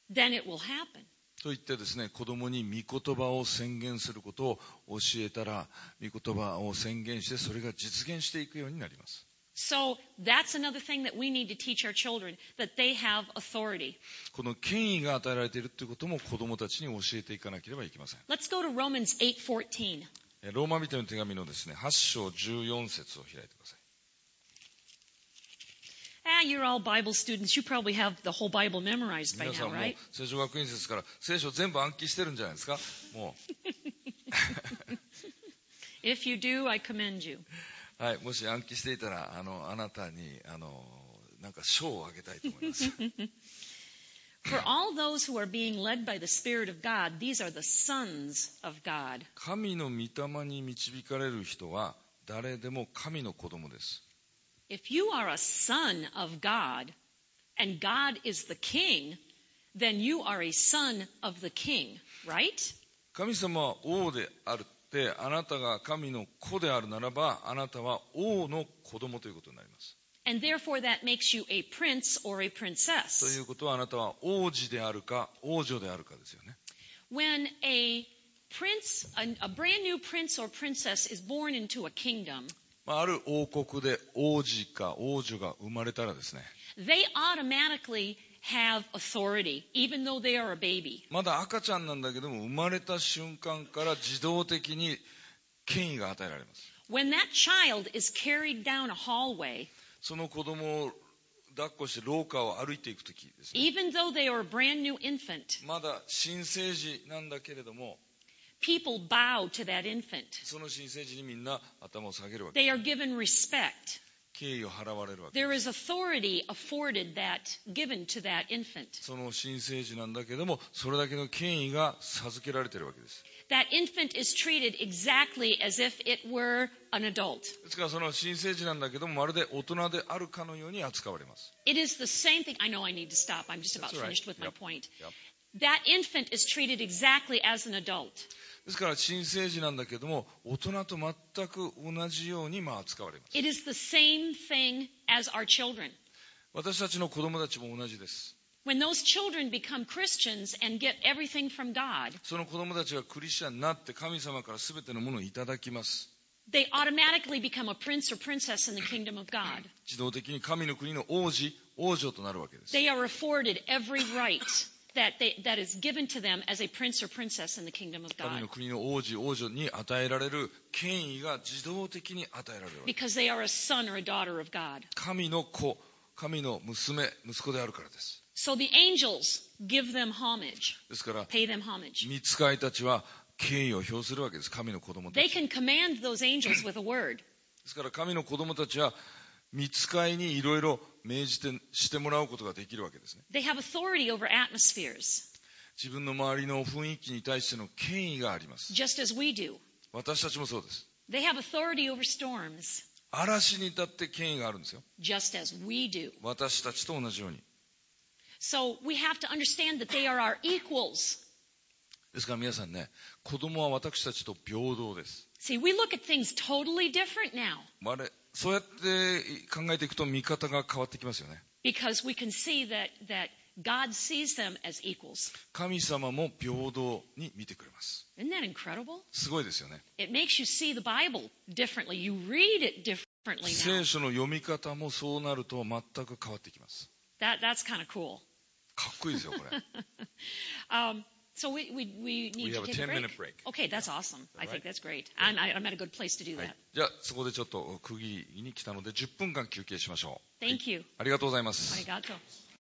[SPEAKER 2] then it will happen.
[SPEAKER 1] と言ってですね、子供に御言葉を宣言することを教えたら、御言葉を宣言して、それが実現していくようになります。
[SPEAKER 2] So that's another thing that we need to teach our children that they have authority.
[SPEAKER 1] この権威が与えられているということも子供たちに教えていかなければいけません。
[SPEAKER 2] Let's go to Romans 8:14.
[SPEAKER 1] えーローマ人への手紙のですね、8章14節を開いてください。
[SPEAKER 2] Ah, you're all Bible students. You probably have the whole Bible memorized by
[SPEAKER 1] 皆さ
[SPEAKER 2] now,
[SPEAKER 1] んも
[SPEAKER 2] right?
[SPEAKER 1] 聖書学院説から聖書全部暗記してるんじゃないですかも
[SPEAKER 2] If you do, I commend you.
[SPEAKER 1] う、はい、もし暗記していたら、あの、あなたに、あの、なんか賞をあげたいと思い ます。
[SPEAKER 2] For all those who are being led by the Spirit of God, these are the sons of God.
[SPEAKER 1] 神の御霊に導かれる人は、誰でも神の子供です。
[SPEAKER 2] If you are a son of God and God is the king, then you are a son of the king, right?
[SPEAKER 1] 神様は王であるって、あなたが神の子であるならば、あなたは王の子供ということになります。
[SPEAKER 2] And therefore, that makes you a prince or a
[SPEAKER 1] とい
[SPEAKER 2] princess.
[SPEAKER 1] うことはあなたは王子であるか王女であるかですよね
[SPEAKER 2] When a prince, a, a brand new prince or princess is born into a kingdom,
[SPEAKER 1] まあある王国で王子か王女が生まれたらですね
[SPEAKER 2] they automatically have authority, even though they are a baby.
[SPEAKER 1] まだ赤ちゃんなんだけども生まれた瞬間から自動的に権威が与えられます
[SPEAKER 2] When that child is carried down a hallway,
[SPEAKER 1] その子供を抱っこして廊下を歩いていく時ですね
[SPEAKER 2] even though they are a brand new infant,
[SPEAKER 1] まだ新生児なんだけれども
[SPEAKER 2] people bow to that infant.
[SPEAKER 1] その新生児にみんな頭を下げるわけ
[SPEAKER 2] They are given respect.
[SPEAKER 1] 敬意を払われるわけ
[SPEAKER 2] There is authority afforded that, given to that infant.
[SPEAKER 1] その新生児なんだけどもそれだけの権威が授けられてるわけです
[SPEAKER 2] That infant is treated exactly as if it were an adult.
[SPEAKER 1] ですからその新生児なんだけどもまるで大人であるかのように扱われます
[SPEAKER 2] It is the same thing. I know I need to stop. I'm just about
[SPEAKER 1] That's all right.
[SPEAKER 2] finished with my
[SPEAKER 1] Yep.
[SPEAKER 2] point.
[SPEAKER 1] Yep.
[SPEAKER 2] That infant is treated exactly as an adult.
[SPEAKER 1] ですから新生児なんだけども大人と全く同じようにまあ扱われます
[SPEAKER 2] It is the same thing as our children.
[SPEAKER 1] 私たちの子供たちも同じです
[SPEAKER 2] When those children become Christians and get everything from God,
[SPEAKER 1] その子供たちがクリスチャンになって神様から全てのものをいただきます
[SPEAKER 2] they automatically become a prince or princess in the kingdom of God.
[SPEAKER 1] 自動的に神の国の王子王女となるわけです
[SPEAKER 2] They are afforded every right that, they, that is given to them as a prince or princess in the kingdom of
[SPEAKER 1] 神
[SPEAKER 2] God
[SPEAKER 1] の国の王子王女に与えられる権威が自動的に与えられるわけです
[SPEAKER 2] because they are a son or a daughter of God.
[SPEAKER 1] 神の子神の娘息子であるからです
[SPEAKER 2] So the angels give them homage,
[SPEAKER 1] ですから
[SPEAKER 2] pay them homage.
[SPEAKER 1] 見つかいたちは敬意を表するわけです神の子供たち
[SPEAKER 2] They can command those angels with a word.
[SPEAKER 1] ですから神の子供たちは見つかいにいろいろ命じてしてもらうことができるわけですね
[SPEAKER 2] They have authority over atmospheres,
[SPEAKER 1] 自分の周りの雰囲気に対しての権威があります
[SPEAKER 2] just as we do.
[SPEAKER 1] 私たちもそうです
[SPEAKER 2] They have authority over storms.
[SPEAKER 1] 嵐にだって権威があるんですよ。
[SPEAKER 2] just as we do.
[SPEAKER 1] 私たちと同じように。
[SPEAKER 2] So we have to understand that they are our equals.
[SPEAKER 1] ですから皆さんね、子供は私たちと平等です。
[SPEAKER 2] See, we look at things totally different now
[SPEAKER 1] あれ、そうやって考えていくと見方が変わってきますよね。
[SPEAKER 2] because we can see that, that God sees them as equals.
[SPEAKER 1] 神様も平等に見てくれます。
[SPEAKER 2] Isn't that incredible?
[SPEAKER 1] すごいですよね。
[SPEAKER 2] It makes you see the Bible differently. You read it differently now.
[SPEAKER 1] 聖書の読み方もそうなると全く変わってきます。
[SPEAKER 2] That, that's kind of cool.
[SPEAKER 1] かっこいいですよ、こ れ。
[SPEAKER 2] Um, so we, we, we need
[SPEAKER 1] We have
[SPEAKER 2] to
[SPEAKER 1] a
[SPEAKER 2] take a break.
[SPEAKER 1] minute break.
[SPEAKER 2] Okay, that's awesome. I
[SPEAKER 1] right?
[SPEAKER 2] think that's great. I'm, I, I'm at a good place to do
[SPEAKER 1] はい
[SPEAKER 2] that.、
[SPEAKER 1] じゃあ、そこでちょっと区切りに来たので、10分間休憩しましょう。
[SPEAKER 2] Thank you.
[SPEAKER 1] ありがとうございます。
[SPEAKER 2] Arigato.